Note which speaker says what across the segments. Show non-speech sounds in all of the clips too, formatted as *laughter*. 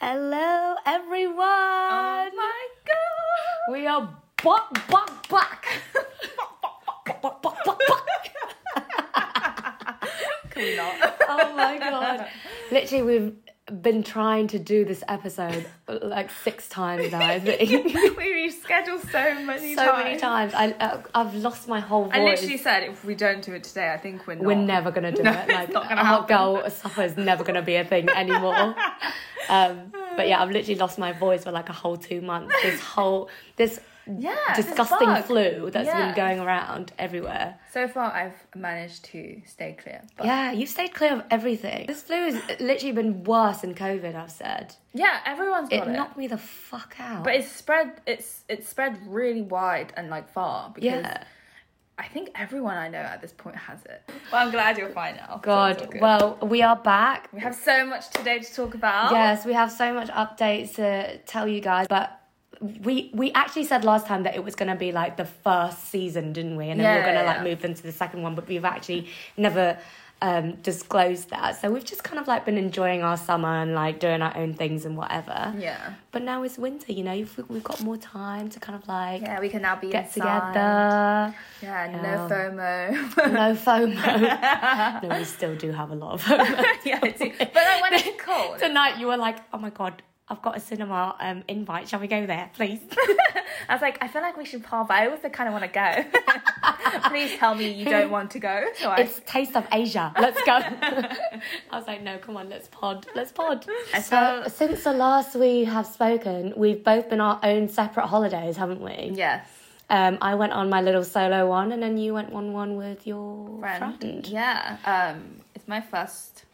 Speaker 1: Hello, everyone.
Speaker 2: Oh my god!
Speaker 1: we are back, back, back. Back, back, back, back, back.
Speaker 2: *laughs* Can we not?
Speaker 1: *laughs* Oh my god! Literally, we've been trying to do this episode like six times now.
Speaker 2: *laughs*
Speaker 1: I think.
Speaker 2: *laughs* we rescheduled so many
Speaker 1: so
Speaker 2: times.
Speaker 1: many times. I, I, I've lost my whole voice.
Speaker 2: I literally said if we don't do it today, I think we're not.
Speaker 1: We're never gonna do
Speaker 2: No,
Speaker 1: it.
Speaker 2: it's
Speaker 1: Like
Speaker 2: not gonna
Speaker 1: our
Speaker 2: happen.
Speaker 1: girl supper is never gonna be a thing
Speaker 2: *laughs*
Speaker 1: anymore. um, but yeah, I've literally lost my voice for like a whole two months. This whole this
Speaker 2: Yeah, this
Speaker 1: disgusting
Speaker 2: bug.
Speaker 1: flu that's
Speaker 2: Yeah.
Speaker 1: been going around everywhere.
Speaker 2: So far, I've managed to stay clear. But yeah.
Speaker 1: Yeah, you've stayed clear of everything. This flu has literally been worse than COVID. I've said
Speaker 2: everyone's
Speaker 1: it
Speaker 2: got it.
Speaker 1: knocked me the fuck out.
Speaker 2: but it's spread. It's it's spread really wide and like far because
Speaker 1: yeah.
Speaker 2: I think everyone I know at this point has it. Well, I'm glad you're fine now. so it's all
Speaker 1: God.
Speaker 2: good.
Speaker 1: Well, we are back.
Speaker 2: we have so much today to talk about.
Speaker 1: Yes, we have so much updates to tell you guys, but we we actually said last time that it was gonna be like the first season, didn't we? And then we
Speaker 2: Yeah,
Speaker 1: we're gonna
Speaker 2: yeah,
Speaker 1: like
Speaker 2: yeah.
Speaker 1: move into the second one, but we've actually never um disclosed that. So we've just kind of like been enjoying our summer and like doing our own things and whatever.
Speaker 2: Yeah.
Speaker 1: But now it's winter, you know. You've- We've got more time to kind of like
Speaker 2: Yeah, we can now be
Speaker 1: get
Speaker 2: inside.
Speaker 1: together.
Speaker 2: Yeah,
Speaker 1: Yeah.
Speaker 2: no FOMO. *laughs*
Speaker 1: No FOMO. no, we still do have a lot of
Speaker 2: *laughs*
Speaker 1: FOMO.
Speaker 2: yeah, I
Speaker 1: *laughs*
Speaker 2: do. But like *laughs* when it's cold,
Speaker 1: Tonight you were like, oh my god, I've got a cinema um, invite. Shall we go there,
Speaker 2: *laughs*
Speaker 1: please?
Speaker 2: I was like, I feel like we should par, but I also kind of want to go. *laughs* Please tell me you don't want to go. So I,
Speaker 1: It's Taste of Asia. Let's go. *laughs* I was like, no, come on, let's pod. Let's pod.
Speaker 2: I
Speaker 1: So,
Speaker 2: felt-
Speaker 1: since the last we have spoken, we've both been our own separate holidays, haven't we?
Speaker 2: yes,
Speaker 1: Um, I went on my little solo one, and then you went on one with your friend.
Speaker 2: friend. Yeah, um, it's my first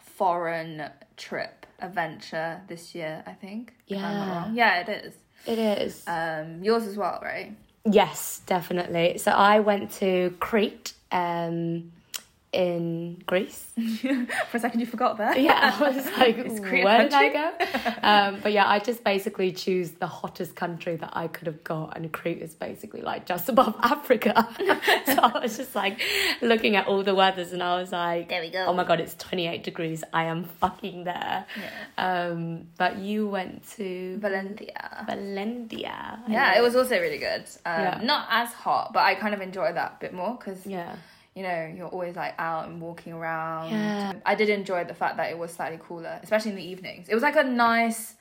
Speaker 2: foreign trip adventure this year. I think. if I'm not
Speaker 1: Yeah.
Speaker 2: wrong. yeah, it is.
Speaker 1: It is.
Speaker 2: Um, yours as well, right?
Speaker 1: Yes, definitely. So I went to Crete um, in Greece. *laughs*
Speaker 2: For a second, you forgot that.
Speaker 1: Yeah, I
Speaker 2: *laughs*
Speaker 1: was like,
Speaker 2: Korean
Speaker 1: where did I
Speaker 2: *laughs*
Speaker 1: go? Um, but yeah, I just basically choose the hottest country that I could have got, and Crete is basically like just above *laughs* Africa. so I was just like looking at all the weathers, and I was like,
Speaker 2: There we go.
Speaker 1: Oh my god, it's twenty eight degrees. I am fucking there. Um, but you went to
Speaker 2: Valencia.
Speaker 1: Valencia. I
Speaker 2: Oh, Yeah,
Speaker 1: know.
Speaker 2: it was also really good. Um,
Speaker 1: Yeah.
Speaker 2: Not as hot, but I kind of enjoy that bit more because
Speaker 1: Yeah.
Speaker 2: you know, you're always like out and walking around.
Speaker 1: Yeah.
Speaker 2: I did enjoy the fact that it was slightly cooler, especially in the evenings. It was like a nice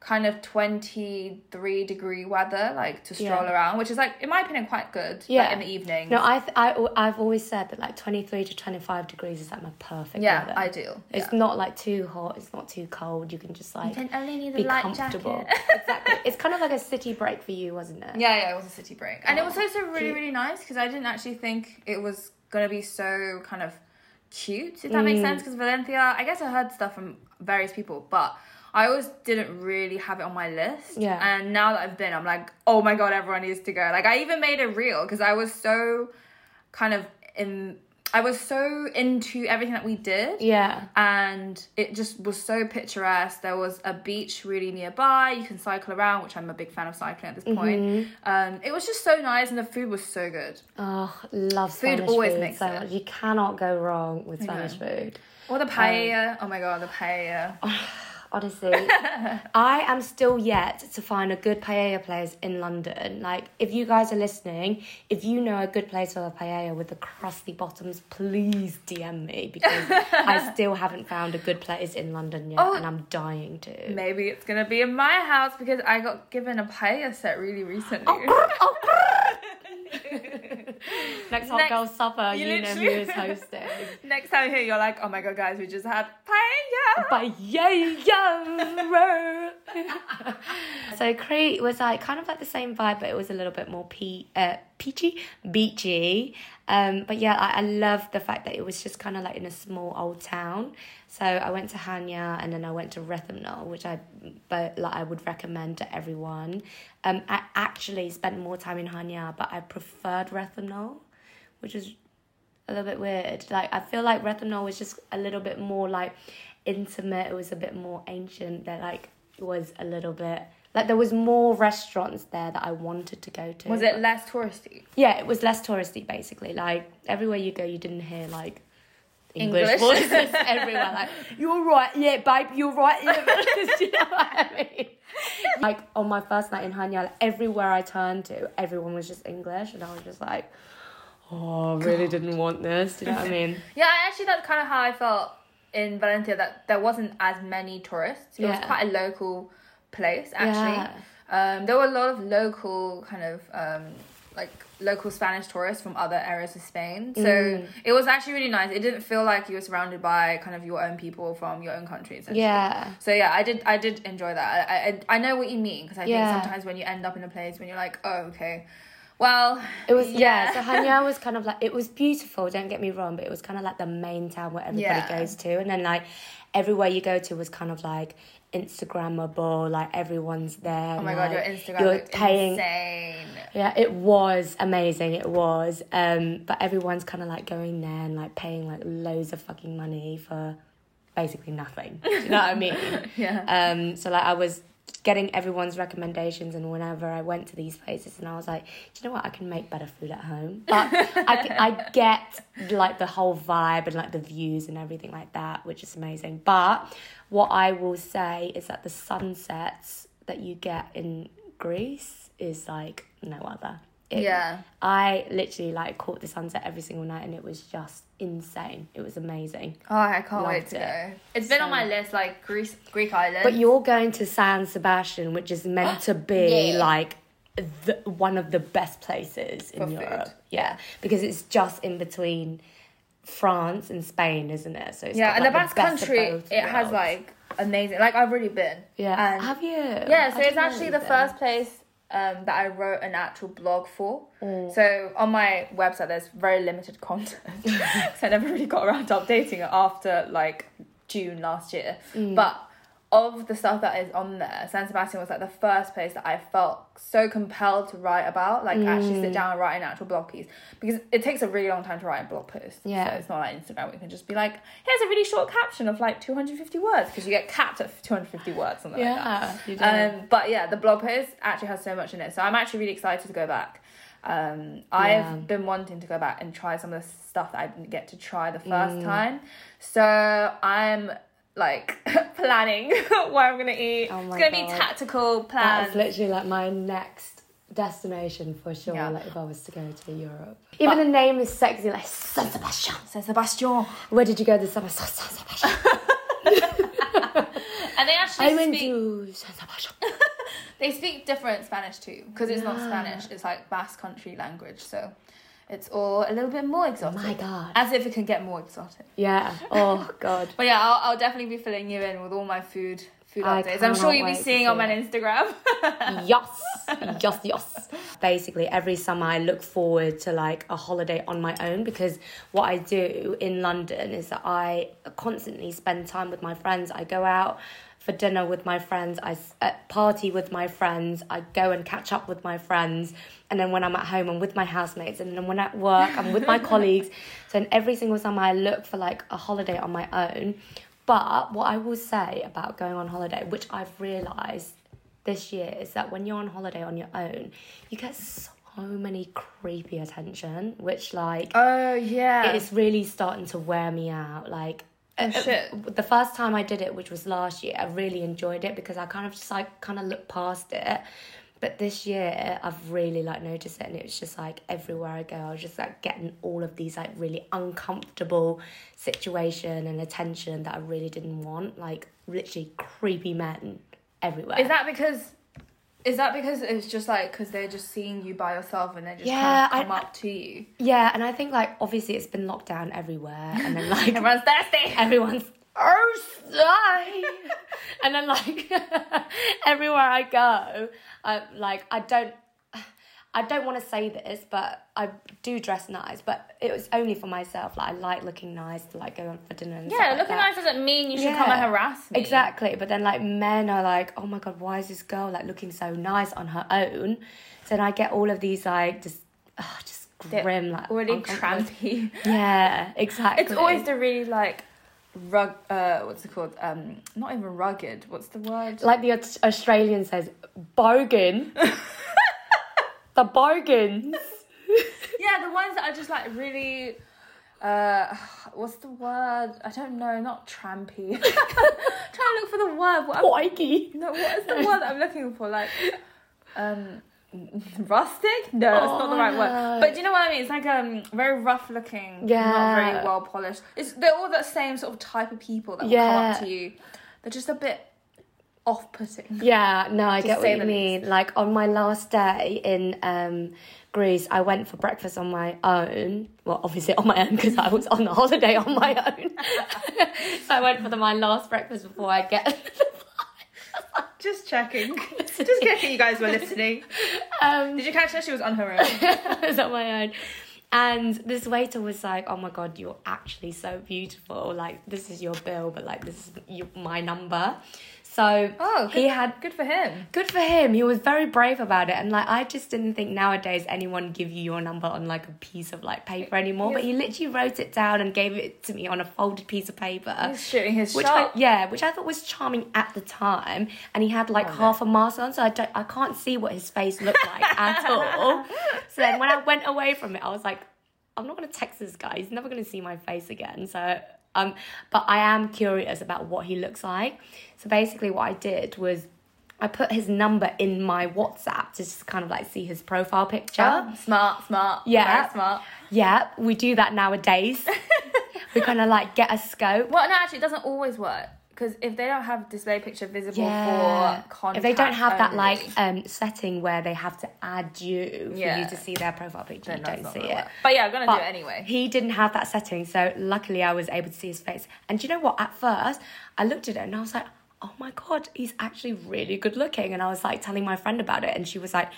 Speaker 2: kind of 23 degree weather, like to stroll
Speaker 1: Yeah.
Speaker 2: around, which is like, in my opinion, quite good. like,
Speaker 1: Yeah.
Speaker 2: in the evening.
Speaker 1: No, I, th- I I've always said that like twenty three to twenty five degrees is like my perfect
Speaker 2: yeah,
Speaker 1: weather.
Speaker 2: ideal.
Speaker 1: It's not like too hot. It's not too cold. You can just like
Speaker 2: And only need
Speaker 1: be comfortable. *laughs*
Speaker 2: *laughs*
Speaker 1: exactly. It's kind of like a city break for you, wasn't it?
Speaker 2: Yeah, yeah, it was a city break. Oh. And it was also really,
Speaker 1: cute.
Speaker 2: really nice because I didn't actually think it was going to be so kind of cute, if that makes sense. Because Valencia, I guess I heard stuff from various people, but I always didn't really have it on my list.
Speaker 1: Yeah.
Speaker 2: And now that I've been, I'm like, oh my God, everyone needs to go. Like, I even made a reel because I was so kind of in. I was so into everything that we did
Speaker 1: Yeah.
Speaker 2: and it just was so picturesque. There was a beach really nearby. You can cycle around, which I'm a big fan of cycling at this point.
Speaker 1: Mm-hmm.
Speaker 2: Um, it was just so nice, and the food was so good.
Speaker 1: Oh, love Spanish
Speaker 2: always
Speaker 1: food
Speaker 2: makes
Speaker 1: so
Speaker 2: it.
Speaker 1: much. You cannot go wrong with Spanish food.
Speaker 2: Or
Speaker 1: Um,
Speaker 2: the paella. oh my god, the paella.
Speaker 1: oh. Honestly, I am still yet to find a good paella place in London. Like, if you guys are listening, if you know a good place for a paella with the crusty bottoms, please DM me because I still haven't found a good place in London yet, and I'm dying to.
Speaker 2: Maybe it's gonna be in my house because I got given a paella set really recently.
Speaker 1: Oh, Next hot
Speaker 2: Next-
Speaker 1: girl supper, you,
Speaker 2: you
Speaker 1: know who
Speaker 2: literally-
Speaker 1: is hosting.
Speaker 2: *laughs* Next time here, you're like, oh my god, guys, we just had paella.
Speaker 1: But yay, yeah. so Crete was like kind of like the same vibe, but it was a little bit more pe- uh, peachy, beachy. Um, but yeah, I, I love the fact that it was just kind of like in a small old town. So I went to Hanya and then I went to Rethamnol, which I but like I would recommend to everyone. Um, I actually spent more time in Hanya, but I preferred Rethamnol, which is a little bit weird. Like I feel like Rethanol was just a little bit more like intimate. It was a bit more ancient. There like was a little bit like there was more restaurants there that I wanted to go to.
Speaker 2: Was it less touristy?
Speaker 1: Yeah, it was less touristy basically. Like everywhere you go, you didn't hear like English,
Speaker 2: English.
Speaker 1: voices everywhere. Like, you're right, yeah, babe, you're right. Yeah, *laughs* babe." Do you know what I mean? Like, on my first night in Hanya, like, everywhere I turned to, everyone was just English, and I was just like, oh, I really didn't want this. Do you know what I mean?
Speaker 2: Yeah, I actually that's kind of how I felt in Valencia that there wasn't as many tourists. It was
Speaker 1: Yeah.
Speaker 2: quite a local place actually.
Speaker 1: Yeah.
Speaker 2: Um, there were a lot of local kind of um, like local Spanish tourists from other areas of Spain. So
Speaker 1: Mm.
Speaker 2: it was actually really nice. It didn't feel like you were surrounded by kind of your own people from your own country. essentially.
Speaker 1: Yeah.
Speaker 2: So yeah, I did. I did enjoy that. I I, I know what you mean because I
Speaker 1: Yeah.
Speaker 2: think sometimes when you end up in a place when you're like, oh okay, well
Speaker 1: It was yeah. so Hanya was kind of like it was beautiful. Don't get me wrong, but it was kind of like the main town where everybody
Speaker 2: Yeah.
Speaker 1: goes to, and then like everywhere you go to was kind of like Instagrammable. Like everyone's there.
Speaker 2: *laughs* Oh my god, your Instagram
Speaker 1: You're
Speaker 2: looked
Speaker 1: paying.
Speaker 2: insane.
Speaker 1: Yeah, it was amazing. It was. Um, but everyone's kind of like going there and like paying like loads of fucking money for basically nothing. Do you know what I mean?
Speaker 2: Yeah.
Speaker 1: Um, so like I was getting everyone's recommendations, and whenever I went to these places, and I was like, do you know what? I can make better food at home. But I, c- I get like the whole vibe and like the views and everything like that, which is amazing. But what I will say is that the sunsets that you get in Greece is like no other. It-
Speaker 2: Yeah.
Speaker 1: I literally like caught the sunset every single night, and it was just insane. It was amazing.
Speaker 2: Oh, I can't wait
Speaker 1: Loved
Speaker 2: to
Speaker 1: it.
Speaker 2: go. It's been on my list, like Greece, Greek island.
Speaker 1: But you're going to San Sebastian, which is meant to be
Speaker 2: *gasps* Yeah.
Speaker 1: like the, one of the best places in
Speaker 2: For food.
Speaker 1: Europe. Yeah, because it's just in between France and Spain, isn't it? So it's
Speaker 2: yeah,
Speaker 1: got,
Speaker 2: and
Speaker 1: like,
Speaker 2: the Basque
Speaker 1: best of
Speaker 2: country, it
Speaker 1: both
Speaker 2: has
Speaker 1: worlds.
Speaker 2: like amazing. Like I've already been.
Speaker 1: yeah.
Speaker 2: And,
Speaker 1: Have you?
Speaker 2: yeah.
Speaker 1: I
Speaker 2: So it's
Speaker 1: didn't know
Speaker 2: actually
Speaker 1: you'd
Speaker 2: the
Speaker 1: been.
Speaker 2: first place um, that I wrote an actual blog for.
Speaker 1: Mm.
Speaker 2: So on my website, there's very
Speaker 1: *laughs*
Speaker 2: limited *laughs* content because I never really got around to updating it after like June last year.
Speaker 1: Mm.
Speaker 2: But of the stuff that is on there, San Sebastian was like the first place that I felt so compelled to write about, like actually
Speaker 1: Mm.
Speaker 2: sit down and write an actual blog piece because it takes a really long time to write a blog post.
Speaker 1: Yeah.
Speaker 2: so it's not like Instagram where you can just be like, here's a really short caption of like 250 words because you get capped at 250 words, something like that.
Speaker 1: Yeah, you did.
Speaker 2: Um, but yeah, the blog post actually has so much in it, so I'm actually really excited to go back. Um, I've
Speaker 1: Yeah.
Speaker 2: been wanting to go back and try some of the stuff that I didn't get to try the first
Speaker 1: Mm.
Speaker 2: time, so I'm like *laughs* planning what I'm gonna eat.
Speaker 1: Oh
Speaker 2: it's
Speaker 1: my
Speaker 2: gonna be
Speaker 1: God.
Speaker 2: tactical plans.
Speaker 1: That's literally like my next destination for sure.
Speaker 2: Yeah.
Speaker 1: Like if I was to go to Europe, even the name is sexy, like San Sebastian.
Speaker 2: San Sebastian,
Speaker 1: Where did you go this summer? San Sebastian.
Speaker 2: and they actually
Speaker 1: I went
Speaker 2: speak.
Speaker 1: to San Sebastian.
Speaker 2: They speak different Spanish too, because it's not
Speaker 1: Yeah.
Speaker 2: Spanish. It's like Basque country language, so it's all a little bit more exotic.
Speaker 1: Oh my God.
Speaker 2: As if it can get more exotic.
Speaker 1: Yeah. Oh God.
Speaker 2: But yeah, I'll, I'll definitely be filling you in with all my food food
Speaker 1: I
Speaker 2: updates. I'm sure
Speaker 1: cannot
Speaker 2: you'll be
Speaker 1: wait to
Speaker 2: seeing
Speaker 1: see
Speaker 2: on
Speaker 1: *laughs*
Speaker 2: my Instagram.
Speaker 1: yes, yes, yes. Basically, every summer I look forward to like a holiday on my own because what I do in London is that I constantly spend time with my friends. I go out for dinner with my friends. I s- uh, party with my friends. I go and catch up with my friends. And then when I'm at home, I'm with my housemates. And then when at work, I'm with my colleagues. So in every single summer, I look for like a holiday on my own. But what I will say about going on holiday, which I've realized this year is that when you're on holiday on your own, you get so many creepy attention, which like
Speaker 2: oh yeah. Oh,
Speaker 1: it's really starting to wear me out. Like uh,
Speaker 2: shit.
Speaker 1: the first time I did it, which was last year, I really enjoyed it because I kind of just like kind of looked past it. But this year, I've really like noticed it, and it's just like everywhere I go, I was just like getting all of these like really uncomfortable situation and attention that I really didn't want. Like literally creepy men everywhere.
Speaker 2: Is that because? Is that because it's just like because they're just seeing you by yourself and they just
Speaker 1: Yeah,
Speaker 2: kind of come
Speaker 1: I-
Speaker 2: up to you?
Speaker 1: Yeah, and I think like obviously it's been locked down everywhere, and then
Speaker 2: *laughs*
Speaker 1: like
Speaker 2: Everyone's thirsty.
Speaker 1: everyone's Oh, thirsty, and then like *laughs* everywhere I go, I like I don't. I don't want to say this, but I do dress nice, but it was only for myself. Like I like looking nice to like go out for dinner. And stuff
Speaker 2: *laughs* Yeah,
Speaker 1: like
Speaker 2: looking
Speaker 1: that.
Speaker 2: nice doesn't mean you should
Speaker 1: Yeah.
Speaker 2: come and harass me.
Speaker 1: Exactly, but then like men are like, oh my god, why is this girl like looking so nice on her own? So then I get all of these like just, oh, just
Speaker 2: They're
Speaker 1: grim like
Speaker 2: Already
Speaker 1: uncomfortable-
Speaker 2: trampy.
Speaker 1: Yeah, exactly.
Speaker 2: *laughs* It's always the really like rug. Uh, what's it called? Um, not even rugged. What's the word?
Speaker 1: like the Aus- Australian says, bogan. the bogans.
Speaker 2: yeah, the ones that are just like really uh what's the word i don't know not trampy *laughs* trying to look for the word what I'm,
Speaker 1: Wikey.
Speaker 2: no what is the word i'm looking for like um rustic no it's not the
Speaker 1: Oh,
Speaker 2: right
Speaker 1: no.
Speaker 2: word but do you know what i mean it's like um very rough looking not
Speaker 1: Yeah.
Speaker 2: very well polished it's they're all that same sort of type of people that will come
Speaker 1: Yeah.
Speaker 2: up to you they're just a bit off-putting
Speaker 1: Yeah, no, I get what
Speaker 2: say
Speaker 1: you
Speaker 2: the
Speaker 1: mean. Like on my last day in um, Greece, I went for breakfast on my own. Well, obviously on my own because I was on the holiday on my own. *laughs* so I went for the, my last breakfast before I get.
Speaker 2: just *laughs* checking just checking you guys were listening
Speaker 1: um, *laughs*
Speaker 2: did you catch her she was on her own
Speaker 1: I was on my own. And this waiter was like, "Oh my god, you're actually so beautiful. Like this is your bill, but like this is your, my number." So
Speaker 2: oh good,
Speaker 1: he had
Speaker 2: good for him
Speaker 1: good for him. He was very brave about it, and like I just didn't think nowadays anyone would give you your number on like a piece of like paper anymore. But he literally wrote it down and gave it to me on a folded piece of paper.
Speaker 2: He's shooting his
Speaker 1: Which I,
Speaker 2: shot.
Speaker 1: yeah, which I thought was charming at the time, and he had like
Speaker 2: Oh, no.
Speaker 1: half a mask on, so I don't, I can't see what his face looked like at all. So then when I went away from it, I was like, I'm not gonna text this guy. He's never gonna see my face again. So um, but I am curious about what he looks like. So basically, what I did was. I put his number in my WhatsApp to just kind of like see his profile picture.
Speaker 2: Oh, smart, smart.
Speaker 1: Yeah.
Speaker 2: Very smart.
Speaker 1: Yeah, we do that nowadays. we kind of like get a scope.
Speaker 2: Well, no, actually, it doesn't always work because if they don't have display picture visible
Speaker 1: yeah.
Speaker 2: for contact,
Speaker 1: if they don't have that
Speaker 2: only,
Speaker 1: like um setting where they have to add you for you
Speaker 2: Yeah.
Speaker 1: to see their profile picture,
Speaker 2: then
Speaker 1: you
Speaker 2: that's
Speaker 1: don't
Speaker 2: not
Speaker 1: see
Speaker 2: gonna
Speaker 1: it.
Speaker 2: work. But yeah, I'm gonna do
Speaker 1: But
Speaker 2: it anyway.
Speaker 1: He didn't have that setting, so luckily I was able to see his face. And do you know what? At first, I looked at it and I was like, "Oh my god, he's actually really good looking." And I was like telling my friend about it, and she was like,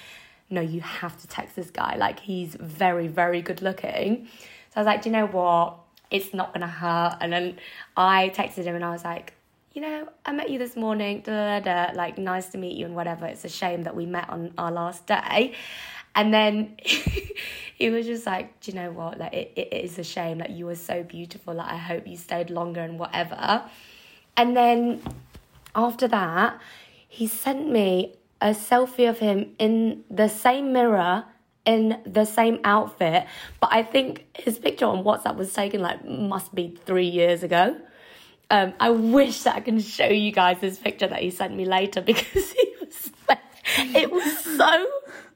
Speaker 1: "No, you have to text this guy. Like he's very, very good looking." So I was like, "Do you know what? It's not gonna hurt." And then I texted him and I was like. You know, I met you this morning, da, da, da, like, nice to meet you and whatever. It's a shame that we met on our last day. And then *laughs* he was just like, Do you know what? Like, it, it is a shame. Like, you were so beautiful. Like, I hope you stayed longer and whatever. And then after that, he sent me a selfie of him in the same mirror, in the same outfit. But I think his picture on WhatsApp was taken, like, must be three years ago. Um, I wish that I can show you guys this picture that he sent me later *laughs* because he was, it was so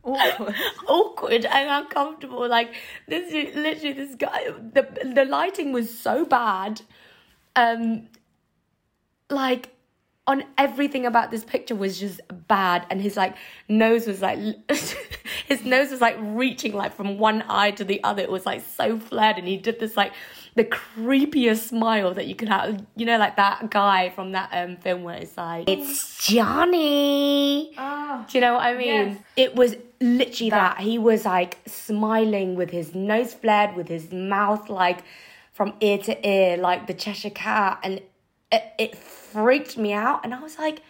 Speaker 2: Awkward.
Speaker 1: *laughs* awkward and uncomfortable. Like this, is- literally, this guy. The the lighting was so bad. Um, like on everything about this picture was just bad, and his like nose was like *laughs* his nose was like reaching like from one eye to the other. It was like so flared, and he did this like the creepiest smile that you could have. You know, like that guy from that um film where it's like it's Johnny.
Speaker 2: oh,
Speaker 1: Do you know what I mean?
Speaker 2: Yes.
Speaker 1: It was literally that. He was like smiling with his nose flared, with his mouth like from ear to ear, like the Cheshire Cat. And it, it freaked me out. And I was like,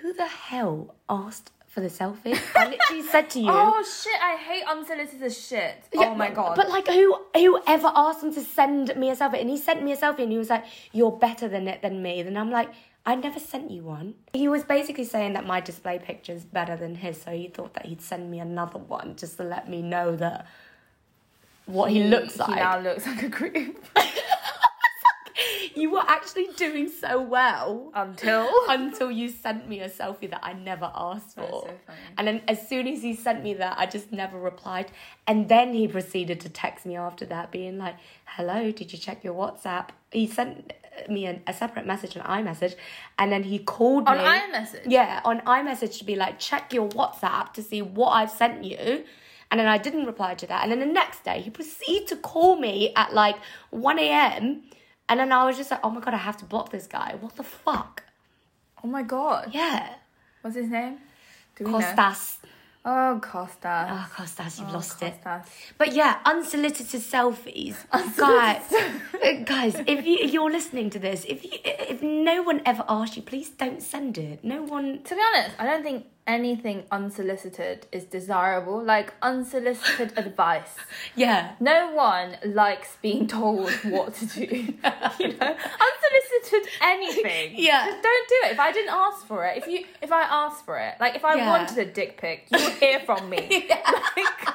Speaker 1: who the hell asked for the selfie? I literally said
Speaker 2: *laughs*
Speaker 1: to you.
Speaker 2: oh shit! I hate unsolicited shit.
Speaker 1: Yeah,
Speaker 2: oh my god.
Speaker 1: But like, who whoever asked him to send me a selfie, and he sent me a selfie, and he was like, "You're better than it than me." Then I'm like, "I never sent you one." He was basically saying that my display picture is better than his, so he thought that he'd send me another one just to let me know that what he, looks like.
Speaker 2: He now looks like a creep.
Speaker 1: you were actually doing so well.
Speaker 2: Until
Speaker 1: *laughs* *laughs* Until you sent me a selfie that I never asked for.
Speaker 2: That's so funny.
Speaker 1: And then as soon as he sent me that, I just never replied. And then he proceeded to text me after that, being like, hello, did you check your WhatsApp? He sent me an, a separate message on iMessage. And then he called
Speaker 2: *laughs* on
Speaker 1: me.
Speaker 2: iMessage.
Speaker 1: Yeah, on iMessage to be like, check your WhatsApp to see what I've sent you. And then I didn't reply to that. And then the next day, he proceeded to call me at like 1 a.m. And then I was just like, oh my God, I have to block this guy. What the fuck?
Speaker 2: Oh my god.
Speaker 1: Yeah.
Speaker 2: What's his name? Do we know?
Speaker 1: Costas.
Speaker 2: Oh, Costa.
Speaker 1: Oh, Costas, you've lost it.
Speaker 2: Costas.
Speaker 1: But yeah, unsolicited selfies,
Speaker 2: *laughs*
Speaker 1: guys. *laughs* guys, if you you're listening to this, if you, if no one ever asks you, please don't send it. No
Speaker 2: *laughs*
Speaker 1: one.
Speaker 2: To be honest, I don't think anything unsolicited is desirable. Like
Speaker 1: *laughs*
Speaker 2: unsolicited advice.
Speaker 1: Yeah.
Speaker 2: No one likes being told what to
Speaker 1: *laughs*
Speaker 2: do. you *laughs* know, unsolicited anything.
Speaker 1: Yeah.
Speaker 2: Just don't do it. If I didn't ask for it, if you, if I asked for it, like if I
Speaker 1: Yeah. *laughs*
Speaker 2: wanted a dick pic, you would hear from me. Like,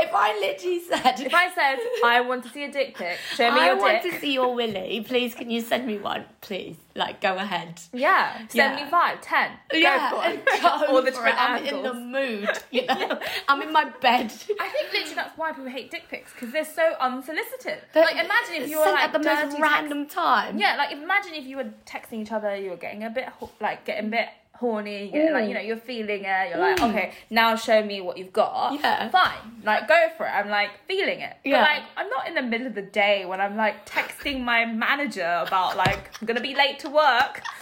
Speaker 1: if I literally said,
Speaker 2: If I said I want to see a dick pic, show me
Speaker 1: I
Speaker 2: your
Speaker 1: want
Speaker 2: dick.
Speaker 1: to see your willy, please can you send me one, please? Like, go ahead.
Speaker 2: Yeah,
Speaker 1: Yeah.
Speaker 2: seventy-five, ten.
Speaker 1: yeah,
Speaker 2: go for
Speaker 1: *laughs*
Speaker 2: it.
Speaker 1: go
Speaker 2: All the
Speaker 1: for it.
Speaker 2: different
Speaker 1: I'm in
Speaker 2: angles.
Speaker 1: the mood,
Speaker 2: *laughs*
Speaker 1: you know. I'm in my bed.
Speaker 2: I think literally that's why people hate dick pics because they're so unsolicited.
Speaker 1: But
Speaker 2: like imagine if
Speaker 1: it's
Speaker 2: you were
Speaker 1: sent
Speaker 2: like
Speaker 1: at the
Speaker 2: dirty
Speaker 1: most
Speaker 2: text-
Speaker 1: random time.
Speaker 2: Yeah, like imagine if you were texting each other, you were getting a bit ho- like getting a bit horny, you like you know you're feeling it. You're like,
Speaker 1: Ooh.
Speaker 2: okay, now show me what you've got.
Speaker 1: Yeah.
Speaker 2: fine, like go for it. I'm like feeling it.
Speaker 1: Yeah.
Speaker 2: But like I'm not in the middle of the day when I'm like texting my manager about like I'm gonna be late to work. *laughs*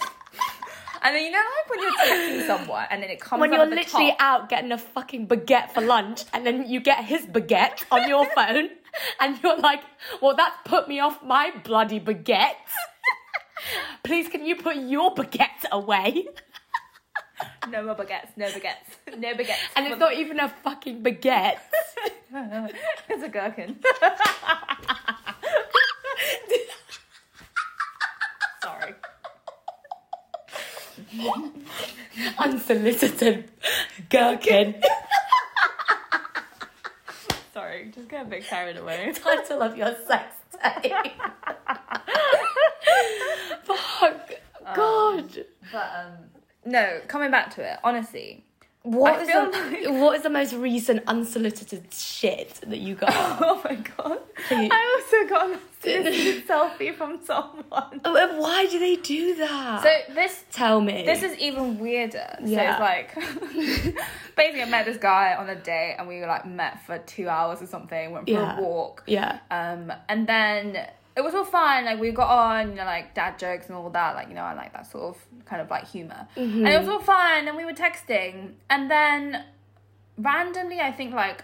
Speaker 2: And then you know, like when you're texting someone, and then it comes
Speaker 1: When
Speaker 2: up
Speaker 1: you're
Speaker 2: at the
Speaker 1: literally
Speaker 2: top.
Speaker 1: out getting a fucking baguette for lunch, and then you get his baguette on
Speaker 2: *laughs*
Speaker 1: your phone, and you're like, "Well, that's put me off my bloody baguette." Please, can you put your baguette away?
Speaker 2: no more baguettes, no baguettes, *laughs* no baguettes.
Speaker 1: And it's not even a fucking
Speaker 2: *laughs*
Speaker 1: baguette.
Speaker 2: it's a gherkin. Sorry.
Speaker 1: Unsolicited
Speaker 2: *laughs*
Speaker 1: gherkin.
Speaker 2: Sorry, just get a bit carried away.
Speaker 1: Title of your sex tape. *laughs* Fuck. God.
Speaker 2: But um No, coming back to it, honestly. *laughs*
Speaker 1: What
Speaker 2: I
Speaker 1: is,
Speaker 2: feel
Speaker 1: the, *laughs* what is the most recent unsolicited shit that you
Speaker 2: *laughs*
Speaker 1: got?
Speaker 2: Oh my god.
Speaker 1: Can you-
Speaker 2: I also got a *laughs* selfie from someone.
Speaker 1: Oh, and why do they do that?
Speaker 2: So this
Speaker 1: Tell me.
Speaker 2: this is even weirder.
Speaker 1: Yeah.
Speaker 2: So it's like *laughs* basically I met this guy on a date and we like met for two hours or something, went for
Speaker 1: Yeah.
Speaker 2: a walk.
Speaker 1: yeah.
Speaker 2: Um, and then it was all fine. Like we got on, you know, like dad jokes and all that. Like you know, I like that sort of kind of like humor. And it was all fine. And we were texting, and then randomly, I think like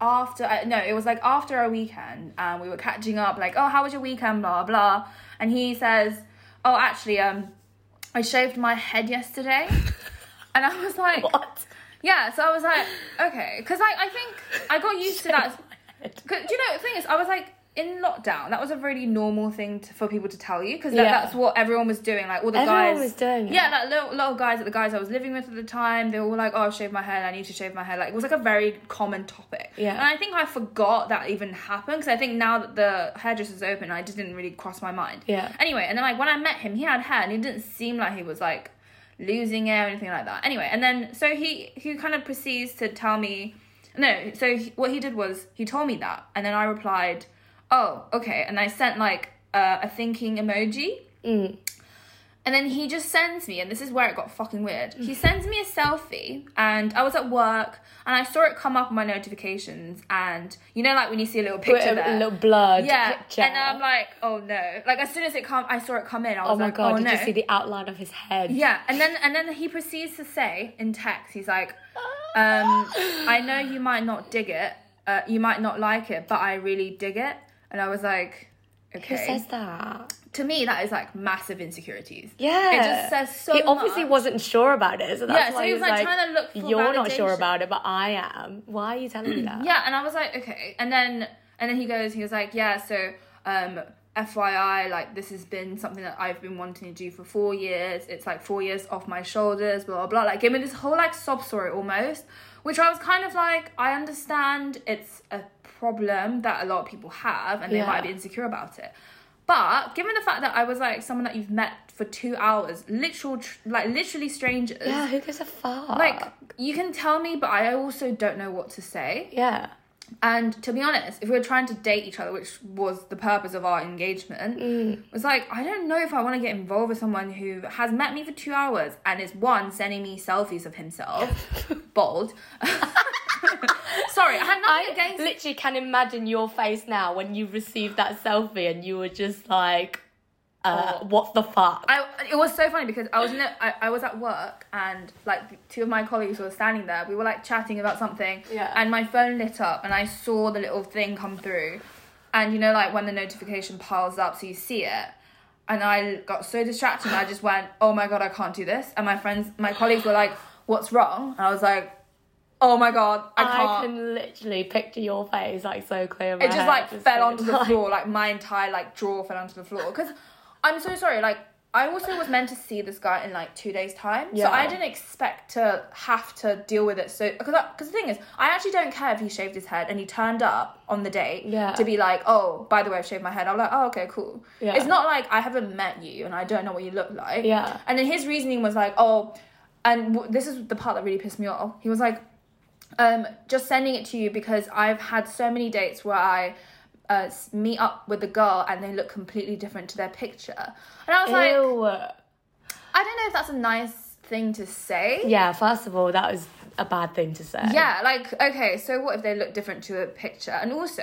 Speaker 2: after I- no, it was like after our weekend, and we were catching up. Like, oh, how was your weekend? Blah blah. And he says, oh, actually, um, I shaved my head yesterday. *laughs* *laughs* And I was like, *laughs*
Speaker 1: What?
Speaker 2: yeah. So I was like, okay, because like I think I got used to that. Cause, do you know the thing is, I was like in lockdown. That was a really normal thing to, for people to tell you because
Speaker 1: Yeah.
Speaker 2: that's what everyone was doing. Like all the
Speaker 1: Everyone
Speaker 2: guys
Speaker 1: was doing it.
Speaker 2: Yeah, like little, little guys, like the guys I was living with at the time, they were all like, "Oh, I've shaved my hair. I need to shave my hair." Like it was like a very common topic.
Speaker 1: Yeah.
Speaker 2: and I think I forgot that even happened because I think now that the hairdresser's open, I just didn't really cross my mind.
Speaker 1: Yeah.
Speaker 2: Anyway, and then like when I met him, he had hair, and it didn't seem like he was like losing it or anything like that. Anyway, and then so he he kind of proceeds to tell me no. So he, what he did was he told me that, and then I replied, "Oh, okay," and I sent like uh, a thinking emoji.
Speaker 1: Mm.
Speaker 2: And then he just sends me, and this is where it got fucking weird. He sends me a selfie, and I was at work, and I saw it come up on my notifications, and you know, like when you see a little
Speaker 1: With
Speaker 2: picture
Speaker 1: a
Speaker 2: there,
Speaker 1: little blood
Speaker 2: yeah.
Speaker 1: picture.
Speaker 2: And I'm like, oh no! Like as soon as it come, I saw it come in. I was
Speaker 1: oh my
Speaker 2: like,
Speaker 1: god,
Speaker 2: oh
Speaker 1: did
Speaker 2: no!
Speaker 1: you see the outline of his head?
Speaker 2: yeah, and then and then he proceeds to say in text, he's like,
Speaker 1: Ah.
Speaker 2: um, I know you might not dig it, uh, you might not like it, but I really dig it. And I was like,
Speaker 1: Who
Speaker 2: okay.
Speaker 1: says that?
Speaker 2: to me, that is like massive insecurities.
Speaker 1: Yeah.
Speaker 2: It just says so.
Speaker 1: He obviously
Speaker 2: much.
Speaker 1: wasn't sure about it, so
Speaker 2: Yeah,
Speaker 1: that's
Speaker 2: so
Speaker 1: why
Speaker 2: he was, like, trying to look for
Speaker 1: You're not sure
Speaker 2: validation."
Speaker 1: about it, but I am. Why are you telling
Speaker 2: *clears throat*
Speaker 1: me that?
Speaker 2: Yeah, and I was like, okay. And then and then he goes, he was like, yeah, so um FYI, like this has been something that I've been wanting to do for four years. It's like four years off my shoulders, blah blah blah. Like gave me this whole like sob story almost, which I was kind of like, I understand it's a problem that a lot of people have and they
Speaker 1: Yeah.
Speaker 2: might be insecure about it. But given the fact that I was like someone that you've met for two hours, literal, tr- like literally strangers,
Speaker 1: Yeah, who gives a fuck?
Speaker 2: like you can tell me, but I also don't know what to say.
Speaker 1: yeah.
Speaker 2: And to be honest, if we were trying to date each other, which was the purpose of our engagement, it was like, I don't know if I want to get involved with someone who has met me for two hours and is one sending me selfies of himself, bold. *laughs* Sorry, I had nothing
Speaker 1: I
Speaker 2: against.
Speaker 1: literally can imagine your face now when you received that selfie and you were just like, uh,
Speaker 2: Oh.
Speaker 1: what the fuck?
Speaker 2: I, it was so funny because I was in a- I, I was at work and like two of my colleagues were standing there. We were like chatting about something,
Speaker 1: Yeah.
Speaker 2: and my phone lit up and I saw the little thing come through, and you know like when the notification piles up so you see it, and I got so distracted and I just went oh my god I can't do this and my friends my colleagues were like what's wrong and I was like oh my god I can't.
Speaker 1: I can literally picture your face like so clear. in my
Speaker 2: It just
Speaker 1: head,
Speaker 2: like fell
Speaker 1: *laughs* being
Speaker 2: onto the
Speaker 1: like-
Speaker 2: floor, like my entire like drawer fell onto the floor. Because I'm so sorry, like I also was meant to see this guy in like two days' time,
Speaker 1: Yeah.
Speaker 2: so I didn't expect to have to deal with it. So, because because the thing is, I actually don't care if he shaved his head and he turned up on the date
Speaker 1: Yeah.
Speaker 2: to be like, oh, by the way, I shaved my head. I'm like, oh, okay, cool.
Speaker 1: Yeah.
Speaker 2: It's not like I haven't met you and I don't know what you look like.
Speaker 1: Yeah.
Speaker 2: And then his reasoning was like, oh, and w- this is the part that really pissed me off. He was like, um, just sending it to you because I've had so many dates where I uh, s- meet up with a girl and they look completely different to their picture. And I was like,
Speaker 1: Ew.
Speaker 2: I don't know if that's a nice thing to say.
Speaker 1: Yeah, first of all, that was a bad thing to say.
Speaker 2: Yeah, like, okay, so what if they look different to a picture? And also,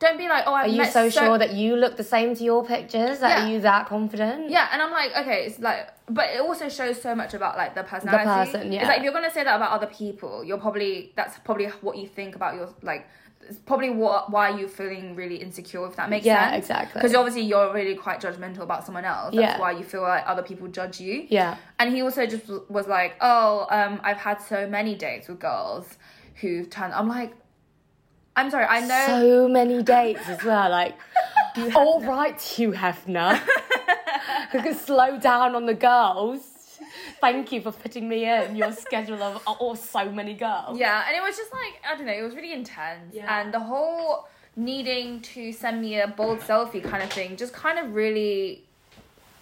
Speaker 2: don't be like, oh, I've
Speaker 1: Are you
Speaker 2: met
Speaker 1: so, sure that you look the same to your pictures? Like,
Speaker 2: Yeah.
Speaker 1: Are you that confident?
Speaker 2: Yeah, and I'm like, okay, it's like, but it also shows so much about like the personality.
Speaker 1: person, yeah.
Speaker 2: It's like if you're gonna say that about other people, you're probably that's probably what you think about your like. It's probably what why you're feeling really insecure if that makes
Speaker 1: Yeah,
Speaker 2: sense.
Speaker 1: exactly.
Speaker 2: Because obviously you're really quite judgmental about someone else. That's
Speaker 1: Yeah.
Speaker 2: why you feel like other people judge you.
Speaker 1: Yeah.
Speaker 2: And he also just w- was like, oh, um, I've had so many dates with girls who've turned. I'm like, I'm sorry, I know.
Speaker 1: So many dates as well. Like,
Speaker 2: *laughs*
Speaker 1: all right, Hugh Hefner. Who *laughs* can slow down on the girls. Thank you for fitting me in your schedule of or so many girls.
Speaker 2: Yeah, and it was just like I don't know, it was really intense,
Speaker 1: Yeah.
Speaker 2: and the whole needing to send me a bold selfie kind of thing just kind of really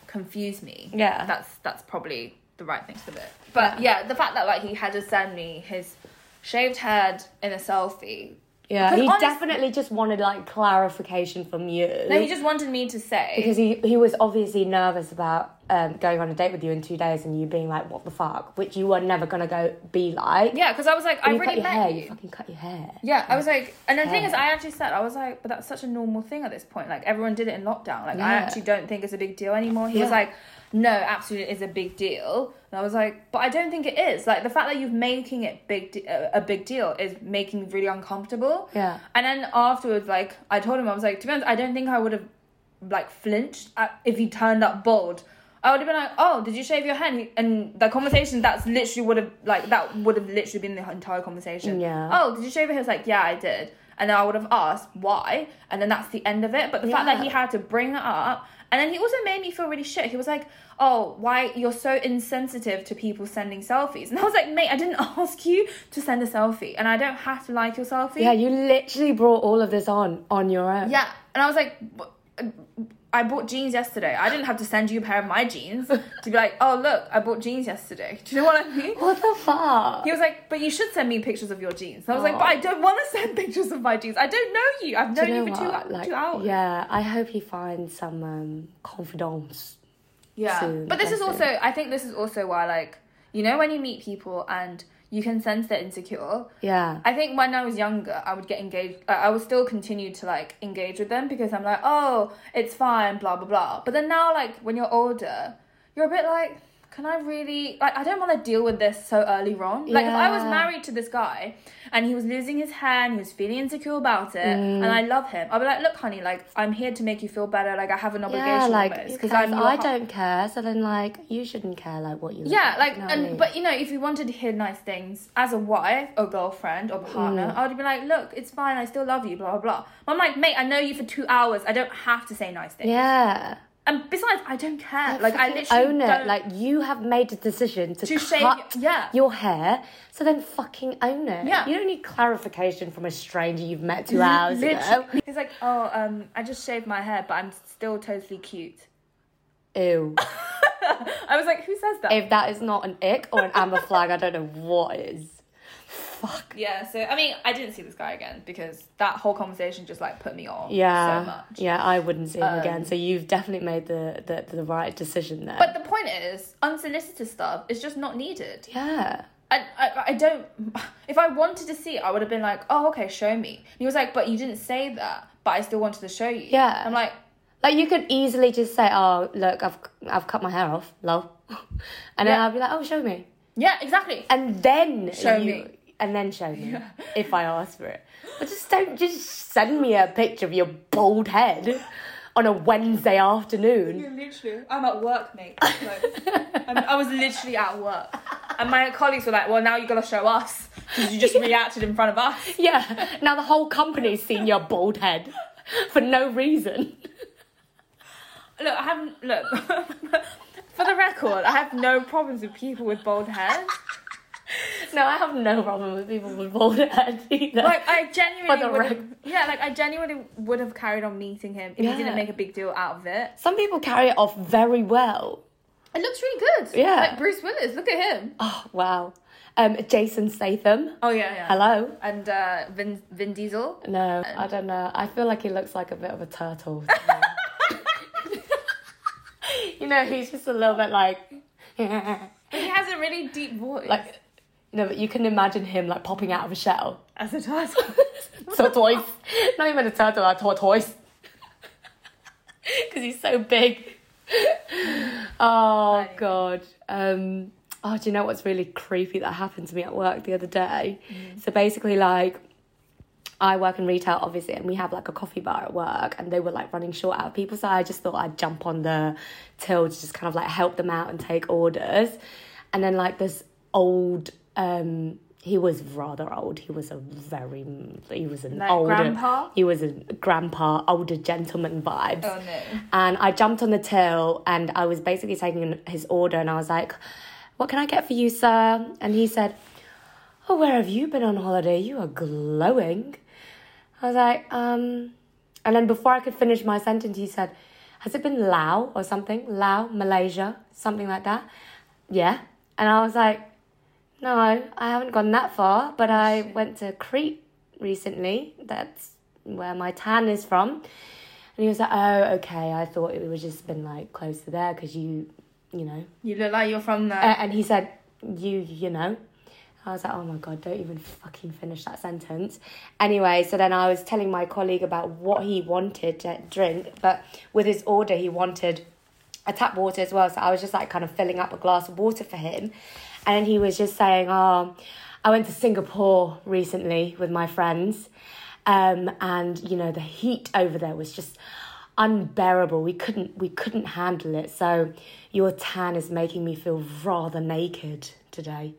Speaker 2: confused me.
Speaker 1: Yeah.
Speaker 2: that's that's probably the right thing to do. But yeah, the fact that like he had to send me his shaved head in a selfie,
Speaker 1: Yeah,
Speaker 2: Because
Speaker 1: he
Speaker 2: honest-
Speaker 1: definitely just wanted like clarification from you.
Speaker 2: no, he just wanted me to say.
Speaker 1: because he, he was obviously nervous about um, going on a date with you in two days and you being like, what the fuck? Which you are never gonna go be like.
Speaker 2: Yeah, because I was like, I
Speaker 1: When you cut
Speaker 2: really
Speaker 1: your
Speaker 2: met
Speaker 1: hair,
Speaker 2: you.
Speaker 1: you fucking cut your hair.
Speaker 2: Yeah, I was like, and the thing is,
Speaker 1: Okay.
Speaker 2: I actually said, I was like, but that's such a normal thing at this point. Like, everyone did it in lockdown. Like, I
Speaker 1: Yeah.
Speaker 2: actually don't think it's a big deal anymore. He was
Speaker 1: Yeah.
Speaker 2: like, no, absolutely, it's a big deal. And I was like, but I don't think it is. Like, the fact that you're making it big de- a a big deal is making me really uncomfortable.
Speaker 1: Yeah.
Speaker 2: And then afterwards, like, I told him, I was like, to be honest, I don't think I would have, like, flinched at, if he turned up bald. I would have been like, oh, did you shave your head? He- And the conversation, that's literally would have, like, that would have literally been the entire conversation.
Speaker 1: Yeah.
Speaker 2: Oh, did you shave your hair? He was like, yeah, I did. And then I would have asked why. And then that's the end of it. But the fact that
Speaker 1: Yeah.
Speaker 2: he had to bring it up. And then he also made me feel really shit. He was like, oh, why you're so insensitive to people sending selfies. And I was like, mate, I didn't *laughs* ask you to send a selfie. And I don't have to like your selfie.
Speaker 1: Yeah, you literally brought all of this on on your own.
Speaker 2: Yeah, and I was like, "Wh- I bought jeans yesterday. I didn't have to send you a pair of my jeans *laughs* to be like, oh look, I bought jeans yesterday. *laughs* Do you know what I mean?
Speaker 1: What the fuck?
Speaker 2: He was like, but you should send me pictures of your jeans. And I was like, but I don't want to send pictures of my jeans. I don't know you. I've
Speaker 1: Do
Speaker 2: known you, for two,
Speaker 1: what?
Speaker 2: hou- two hours.
Speaker 1: Yeah, I hope he finds some um, confidants.
Speaker 2: Yeah.
Speaker 1: soon,
Speaker 2: but this
Speaker 1: I
Speaker 2: is also, I think this is also why, like, you know, when you meet people and you can sense they're insecure.
Speaker 1: Yeah.
Speaker 2: I think when I was younger, I would get engaged. I I would still continue to like engage with them because I'm like, oh, it's fine, blah blah blah. But then now, like when you're older, you're a bit like, can I really like? I don't want to deal with this so early on. Like if I was
Speaker 1: Yeah.
Speaker 2: married to this guy and he was losing his hair and he was feeling insecure about it,
Speaker 1: Mm.
Speaker 2: and I love him, I'd be like, look, honey, like I'm here to make you feel better. Like I have an obligation
Speaker 1: yeah, like
Speaker 2: almost
Speaker 1: because
Speaker 2: because I'm. your
Speaker 1: I
Speaker 2: hu-
Speaker 1: don't care, so then like you shouldn't care like what you. look
Speaker 2: yeah, like,
Speaker 1: you know what I
Speaker 2: and
Speaker 1: mean?
Speaker 2: but you know, if you wanted to hear nice things as a wife or girlfriend or partner,
Speaker 1: Mm.
Speaker 2: I would be like, look, it's fine, I still love you, blah blah blah. But I'm like, mate, I know you for two hours, I don't have to say nice things.
Speaker 1: yeah,
Speaker 2: And besides, I don't care. Like, I
Speaker 1: Fucking
Speaker 2: literally
Speaker 1: own it.
Speaker 2: don't.
Speaker 1: Like you have made a decision to,
Speaker 2: To
Speaker 1: cut
Speaker 2: shave your- yeah.
Speaker 1: your hair, so then fucking own it.
Speaker 2: Yeah.
Speaker 1: you don't need clarification from a stranger you've met two hours ago.
Speaker 2: literally. He's like, oh, um, I just shaved my hair, but I'm still totally cute.
Speaker 1: Ew.
Speaker 2: I was like, who says that?
Speaker 1: if that is not an ick or an amber flag, I don't know what is. Fuck.
Speaker 2: yeah, so I mean, I didn't see this guy again because that whole conversation just like put me off
Speaker 1: Yeah.
Speaker 2: so much.
Speaker 1: Yeah, I wouldn't see him
Speaker 2: Um,
Speaker 1: again. So you've definitely made the, the, the right decision there.
Speaker 2: But the point is, unsolicited stuff is just not needed.
Speaker 1: yeah.
Speaker 2: I, I, I don't. If I wanted to see it, I would have been like, oh, okay, show me. And he was like, but you didn't say that, but I still wanted to show you.
Speaker 1: Yeah.
Speaker 2: I'm like,
Speaker 1: Like you could easily just say, "Oh, look, I've I've cut my hair off, lol," *laughs* and then
Speaker 2: Yeah.
Speaker 1: I'd be like, "Oh, show me,"
Speaker 2: yeah, exactly.
Speaker 1: and then
Speaker 2: Show
Speaker 1: you-
Speaker 2: me.
Speaker 1: and then show me if I ask for it. But just don't just send me a picture of your bald head on a Wednesday afternoon.
Speaker 2: literally, I'm at work, mate. I'm, I was literally at work. And my colleagues were like, well, now you got to show us because you just reacted in front of us.
Speaker 1: Yeah. Now the whole company's seen your bald head for no reason.
Speaker 2: Look, I haven't. Look, *laughs* For the record, I have no problems with people with bald hair.
Speaker 1: No, I have no problem with people with bald heads either.
Speaker 2: Like I genuinely
Speaker 1: For the
Speaker 2: would have, yeah, like I genuinely would have carried on meeting him if
Speaker 1: Yeah.
Speaker 2: he didn't make a big deal out of it.
Speaker 1: Some people carry it off very well.
Speaker 2: It looks really good.
Speaker 1: Yeah.
Speaker 2: like Bruce Willis. Look at him.
Speaker 1: Oh wow. Um, Jason Statham.
Speaker 2: Oh yeah, yeah.
Speaker 1: Hello.
Speaker 2: And uh, Vin Vin *laughs* Diesel.
Speaker 1: No, I don't know. I feel like he looks like a bit of a *laughs* turtle. you know, he's just a little bit like, *laughs* like
Speaker 2: He has a really deep voice.
Speaker 1: you know, but you can imagine him like popping out of a *laughs* shell.
Speaker 2: as a *laughs* turtle.
Speaker 1: Tortoise. Not even a turtle, a *laughs* tortoise. Because he's so *laughs* big. Oh
Speaker 2: Funny.
Speaker 1: god. Um, oh, do you know what's really creepy that happened to me at work the other day? So basically, like. I work in retail, obviously, and we have like a coffee bar at work, and they were like running short out of people. So I just thought I'd jump on the till to just kind of like help them out and take orders. And then, like, this old, um, he was rather old. He was a very, he was an
Speaker 2: Like
Speaker 1: older,
Speaker 2: grandpa?
Speaker 1: he was a grandpa, older gentleman vibes
Speaker 2: *laughs* Oh no.
Speaker 1: and I jumped on the till and I was basically taking his order and I was like, "What can I get for you, sir?" And he said, "Oh, where have you been on holiday? You are glowing." I was like, um, and then before I could finish my sentence, he said, "Has it been Lao or something? Lao, Malaysia, something like that?" Yeah, and I was like, "No, I haven't gone that far, but I went to Crete recently. That's where my tan is from." And he was like, "Oh, okay. I thought it was just been like close to there because you, you know."
Speaker 2: You look like you're from the.
Speaker 1: Uh, and he said, "You, you know." I was like, "Oh my god, don't even fucking finish that sentence." Anyway, so then I was telling my colleague about what he wanted to drink, but with his order, he wanted a tap water as well. So I was just like kind of filling up a glass of water for him, and then he was just saying, "Oh, I went to Singapore recently with my friends." um, and you know the heat over there was just unbearable. We couldn't we couldn't handle it. So your tan is making me feel rather naked today.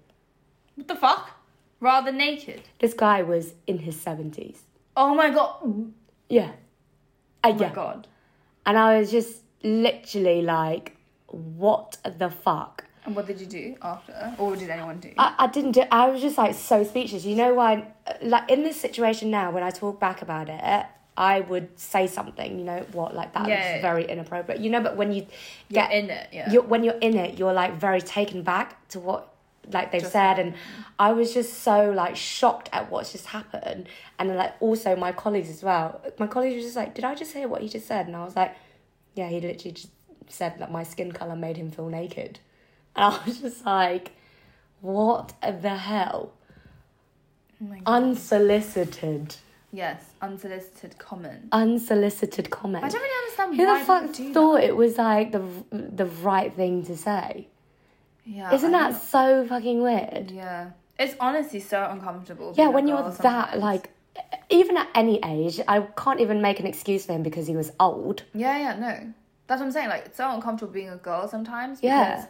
Speaker 2: what the fuck? Rather naked.
Speaker 1: This guy was in his seventies.
Speaker 2: Oh my god. Oh
Speaker 1: Yeah, uh,
Speaker 2: my
Speaker 1: yeah.
Speaker 2: god.
Speaker 1: And I was just literally like, what the fuck?
Speaker 2: And what did you do after? Or did anyone do?
Speaker 1: I, I didn't do, I was just like so speechless. You know why? uh, Like in this situation now, when I talk back about it, I would say something. You know what? Like that
Speaker 2: Yeah,
Speaker 1: was
Speaker 2: yeah, yeah.
Speaker 1: very inappropriate. You know, but when you
Speaker 2: You're
Speaker 1: get
Speaker 2: in it, yeah.
Speaker 1: you're, when you're in it, you're like very taken back to what like they've said, and I was just so like shocked at what's just happened, and then, like also my colleagues as well. My colleagues were just like, "Did I just hear what he just said?" And I was like, "Yeah, he literally just said that my skin color made him feel naked," *laughs* and I was just like, "What the hell?"
Speaker 2: Oh my god.
Speaker 1: Unsolicited,
Speaker 2: Yes, unsolicited comment.
Speaker 1: unsolicited
Speaker 2: I
Speaker 1: comment.
Speaker 2: don't really understand
Speaker 1: Who
Speaker 2: why
Speaker 1: the fuck
Speaker 2: people do
Speaker 1: thought it was like the the right thing to say?
Speaker 2: that. Yeah,
Speaker 1: Isn't
Speaker 2: I
Speaker 1: that so fucking weird?
Speaker 2: don't- Yeah, it's honestly so uncomfortable.
Speaker 1: Yeah,
Speaker 2: being a
Speaker 1: when
Speaker 2: girl
Speaker 1: you're that
Speaker 2: sometimes.
Speaker 1: like, even at any age, I can't even make an excuse for him because he was old.
Speaker 2: Yeah, yeah, no, that's what I'm saying. Like, it's so uncomfortable being a girl sometimes.
Speaker 1: Yeah.
Speaker 2: because-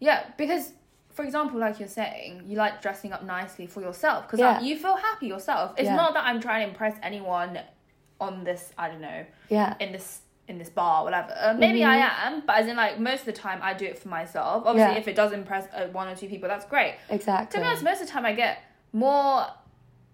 Speaker 2: yeah, because for example, like you're saying, you like dressing up nicely for yourself because
Speaker 1: Yeah.
Speaker 2: you feel happy yourself. It's
Speaker 1: Yeah.
Speaker 2: not that I'm trying to impress anyone on this. I don't know
Speaker 1: Yeah,
Speaker 2: in this in this bar, whatever. Uh, Maybe
Speaker 1: Mm-hmm.
Speaker 2: I am, but as in like most of the time, I do it for myself. Obviously,
Speaker 1: Yeah.
Speaker 2: if it does impress uh, one or two people, that's great. To
Speaker 1: exactly.
Speaker 2: be honest, most of the time I get more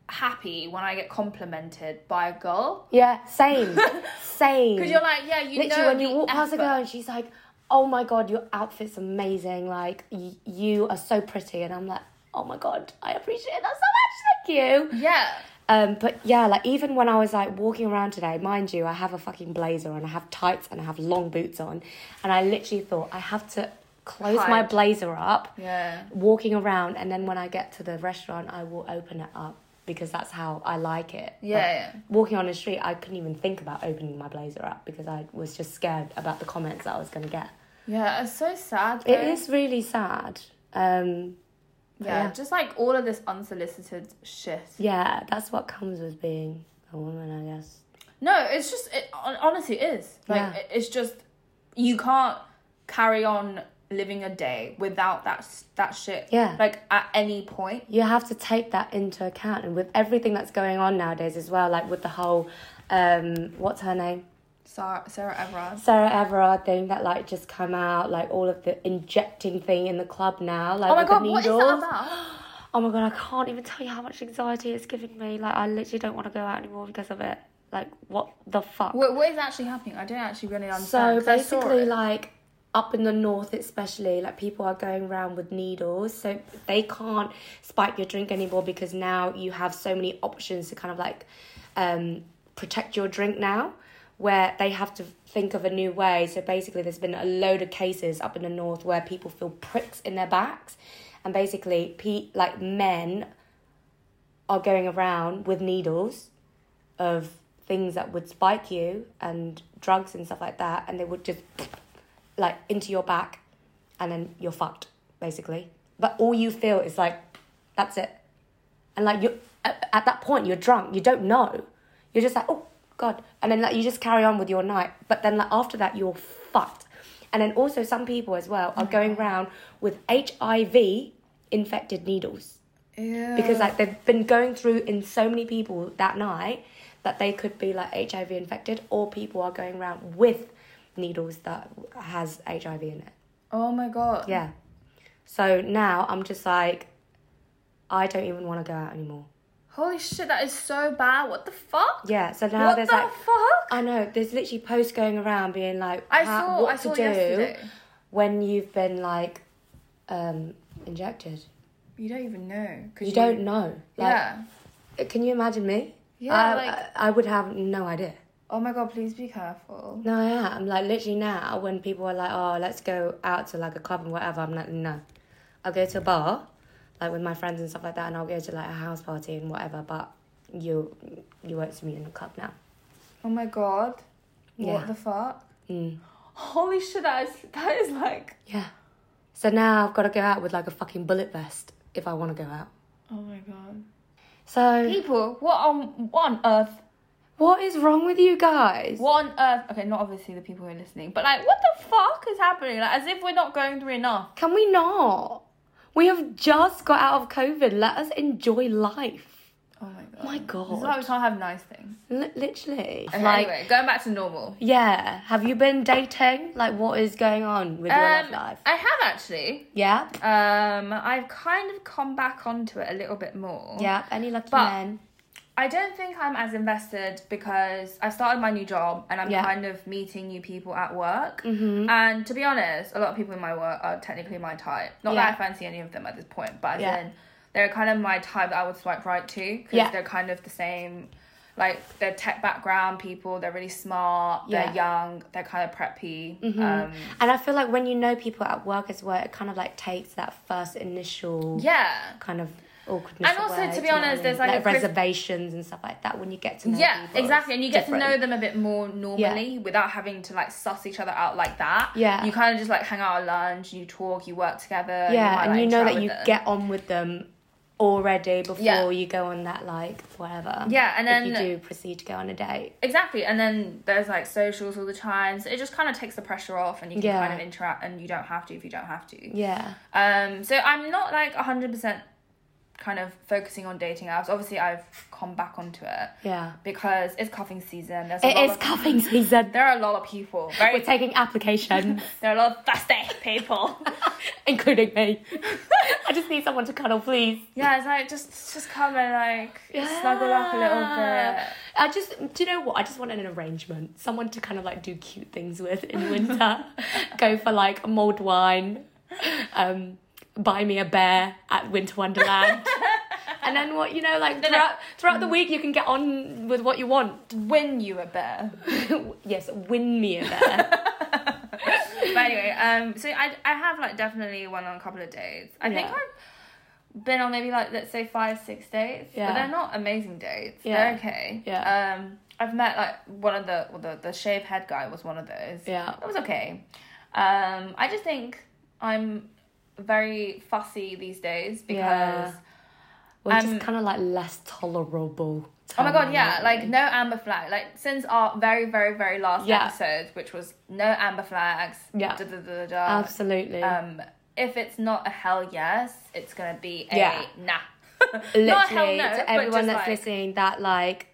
Speaker 2: happy when I get complimented by a girl.
Speaker 1: Yeah,
Speaker 2: *laughs*
Speaker 1: same, same.
Speaker 2: Because you're like, yeah, you
Speaker 1: Literally,
Speaker 2: know
Speaker 1: when you
Speaker 2: the
Speaker 1: walk past a
Speaker 2: effort.
Speaker 1: girl and she's like, "Oh my god, your outfit's amazing! Like, y- you are so pretty," and I'm like, "Oh my god, I appreciate that so much. Thank you."
Speaker 2: Yeah.
Speaker 1: Um, but yeah, like even when I was like walking around today, mind you, I have a fucking blazer and I have tights and I have long boots on, and I literally thought I have to close my
Speaker 2: Hide.
Speaker 1: blazer up,
Speaker 2: Yeah.
Speaker 1: walking around, and then when I get to the restaurant, I will open it up because that's how I like it.
Speaker 2: Yeah,
Speaker 1: But
Speaker 2: yeah.
Speaker 1: Walking on the street, I couldn't even think about opening my blazer up because I was just scared about the comments that I was going to get.
Speaker 2: Yeah, it's so sad.
Speaker 1: It
Speaker 2: though.
Speaker 1: is really sad. Um,
Speaker 2: Yeah,
Speaker 1: yeah.
Speaker 2: just like all of this unsolicited shit.
Speaker 1: yeah, that's what comes with being a woman, I guess.
Speaker 2: No, it's just it, hon- honestly it is. Like
Speaker 1: Yeah.
Speaker 2: it- it's just you can't carry on living a day without that s- that shit.
Speaker 1: Yeah.
Speaker 2: Like at any point.
Speaker 1: you have to take that into account and with everything that's going on nowadays as well like with the whole um what's her name
Speaker 2: Sarah, Sarah Everard.
Speaker 1: Sarah Everard thing that like just come out, like all of the injecting thing in the club now, like
Speaker 2: Oh my
Speaker 1: with
Speaker 2: god,
Speaker 1: the
Speaker 2: what is
Speaker 1: needles.
Speaker 2: that about?
Speaker 1: Oh my god, I can't even tell you how much anxiety it's giving me. Like I literally don't want to go out anymore because of it. Like what the fuck?
Speaker 2: What, what is actually happening? I don't actually really
Speaker 1: so
Speaker 2: understand. 'cause I saw
Speaker 1: basically,
Speaker 2: it.
Speaker 1: like up in the north, especially, like people are going around with needles, so they can't spike your drink anymore because now you have so many options to kind of like um, protect your drink now. Where they have to think of a new way. So basically, there's been a load of cases up in the north where people feel pricks in their backs, and basically, pe- like men are going around with needles of things that would spike you and drugs and stuff like that, and they would just like into your back, and then you're fucked basically. But all you feel is like, that's it, and like you at, at that point you're drunk, you don't know, you're just like oh god, and then like you just carry on with your night, but then like after that you're fucked, and then also some people as well are going round with HIV infected needles
Speaker 2: Ew.
Speaker 1: because like they've been going through in so many people that night that they could be like HIV infected or people are going around with needles that has HIV in it.
Speaker 2: oh my god.
Speaker 1: Yeah. So now I'm just like I don't even want to go out anymore.
Speaker 2: Oh. Holy shit, that is so bad. What the fuck?
Speaker 1: Yeah, so now
Speaker 2: what
Speaker 1: there's
Speaker 2: the
Speaker 1: like
Speaker 2: fuck?
Speaker 1: I know, there's literally posts going around being like
Speaker 2: I
Speaker 1: how-
Speaker 2: saw.
Speaker 1: what
Speaker 2: I saw
Speaker 1: to do
Speaker 2: yesterday.
Speaker 1: when you've been like um injected.
Speaker 2: You don't even know because
Speaker 1: You don't know. Like
Speaker 2: yeah.
Speaker 1: can you imagine me?
Speaker 2: Yeah,
Speaker 1: I,
Speaker 2: like-
Speaker 1: I, I would have no idea.
Speaker 2: Oh my god, please be careful.
Speaker 1: No, I am. Like literally now, when people are like, "Oh, let's go out to like a club and whatever," I'm like, "No, I'll go to a bar, like with my friends and stuff like that, and I'll go to like a house party and whatever." But you, you won't see me in the club now.
Speaker 2: Oh my god.
Speaker 1: Yeah.
Speaker 2: What the fuck?
Speaker 1: Mm.
Speaker 2: Holy shit, that is that is like.
Speaker 1: Yeah. So now I've got to go out with like a fucking bullet vest if I want to go out.
Speaker 2: Oh my god.
Speaker 1: So
Speaker 2: People, what on what on earth?
Speaker 1: what is wrong with you guys?
Speaker 2: What on earth? Okay, not obviously the people who are listening, but like, what the fuck is happening? Like, as if we're not going through enough.
Speaker 1: Can we not? We have just got out of COVID. Let us enjoy life.
Speaker 2: Oh my god.
Speaker 1: My
Speaker 2: This is why
Speaker 1: God.
Speaker 2: we can't have nice things.
Speaker 1: Li- literally.
Speaker 2: Okay,
Speaker 1: Like-
Speaker 2: anyway, going back to normal.
Speaker 1: Yeah. Have you been dating? Like, what is going on with your love
Speaker 2: Um,
Speaker 1: life?
Speaker 2: I have actually.
Speaker 1: Yeah.
Speaker 2: Um, I've kind of come back onto it a little bit more.
Speaker 1: Yeah. Any lucky
Speaker 2: But-
Speaker 1: men?
Speaker 2: I don't think I'm as invested because I started my new job and I'm
Speaker 1: Yeah. Mm-hmm.
Speaker 2: kind of meeting new people at work. And to be honest, a lot of people in my work are technically my type. Not
Speaker 1: Yeah.
Speaker 2: that I fancy any of them at this point, but
Speaker 1: Yeah.
Speaker 2: then they're kind of my type that I would swipe right to because
Speaker 1: Yeah.
Speaker 2: they're kind of the same. Like they're tech background people, they're really smart,
Speaker 1: Yeah. Mm-hmm.
Speaker 2: they're young, they're kind of preppy. Um,
Speaker 1: And I feel like when you know people at work as well, it kind of like takes that first initial
Speaker 2: yeah.
Speaker 1: kind of awkwardness.
Speaker 2: And also,
Speaker 1: away,
Speaker 2: to
Speaker 1: do
Speaker 2: be
Speaker 1: you know what
Speaker 2: honest,
Speaker 1: I mean?
Speaker 2: there's, like, a Chris-
Speaker 1: reservations and stuff like that when you get to know.
Speaker 2: yeah
Speaker 1: people,
Speaker 2: exactly and you
Speaker 1: it's
Speaker 2: get to know
Speaker 1: different.
Speaker 2: them a bit more normally without having to like suss each other out like that
Speaker 1: Yeah.
Speaker 2: you kind of just like hang out at lunch you talk you work together
Speaker 1: Yeah,
Speaker 2: might,
Speaker 1: and
Speaker 2: like,
Speaker 1: you know
Speaker 2: chat
Speaker 1: that
Speaker 2: with
Speaker 1: you
Speaker 2: them.
Speaker 1: get on with them already before
Speaker 2: Yeah.
Speaker 1: you go on that like whatever.
Speaker 2: Yeah, and
Speaker 1: if
Speaker 2: then-
Speaker 1: you do proceed to go on a date.
Speaker 2: exactly and then there's like socials all the time so it just kind of takes the pressure off and you can
Speaker 1: Yeah.
Speaker 2: kind of interact and you don't have to if you don't have to
Speaker 1: Yeah.
Speaker 2: um so i'm not like 100% kind of focusing on dating apps obviously i've come back onto it
Speaker 1: Yeah.
Speaker 2: because it's cuffing season there's a lot
Speaker 1: It is
Speaker 2: of,
Speaker 1: *laughs* cuffing season.
Speaker 2: there are a lot of people very
Speaker 1: We're taking applications.
Speaker 2: there are a lot of thirsty
Speaker 1: *laughs*
Speaker 2: people
Speaker 1: including me. *laughs* I just need someone to cuddle, please.
Speaker 2: Yeah, it's like just just come and like snuggle up a little bit.
Speaker 1: I just, do you know what? I just wanted an arrangement, someone to kind of like do cute things with
Speaker 2: *laughs*
Speaker 1: in winter. Go for like mulled wine, um, buy me a bear at Winter Wonderland. And then what you know, like
Speaker 2: no.
Speaker 1: throughout, throughout the week, you can get on with what you want. *laughs*
Speaker 2: Win you a bear.
Speaker 1: yes, win me a
Speaker 2: *laughs*
Speaker 1: bear.
Speaker 2: but anyway, um, so I I have like definitely went on a couple of dates. I think
Speaker 1: Yeah.
Speaker 2: I've been on maybe like let's say five six dates.
Speaker 1: Yeah.
Speaker 2: But they're not amazing dates.
Speaker 1: Yeah.
Speaker 2: They're okay.
Speaker 1: Yeah.
Speaker 2: Um, I've met like one of the well, the the shave head guy was one of those.
Speaker 1: Yeah.
Speaker 2: It was okay. Um, I just think I'm very fussy these days because.
Speaker 1: Yeah. We're
Speaker 2: Um,
Speaker 1: just kind of like less tolerable.
Speaker 2: Oh my god, yeah,
Speaker 1: terminology.
Speaker 2: like no amber flag. Like since our very, very, very last
Speaker 1: Yeah.
Speaker 2: episode, which was no amber flags.
Speaker 1: Yeah.
Speaker 2: Da, da, da, da, da.
Speaker 1: absolutely.
Speaker 2: Um, if it's not a hell yes, it's gonna be a
Speaker 1: Yeah.
Speaker 2: nah. *laughs*
Speaker 1: literally
Speaker 2: not a hell no.
Speaker 1: to
Speaker 2: but
Speaker 1: everyone
Speaker 2: just
Speaker 1: that's
Speaker 2: like,
Speaker 1: listening that like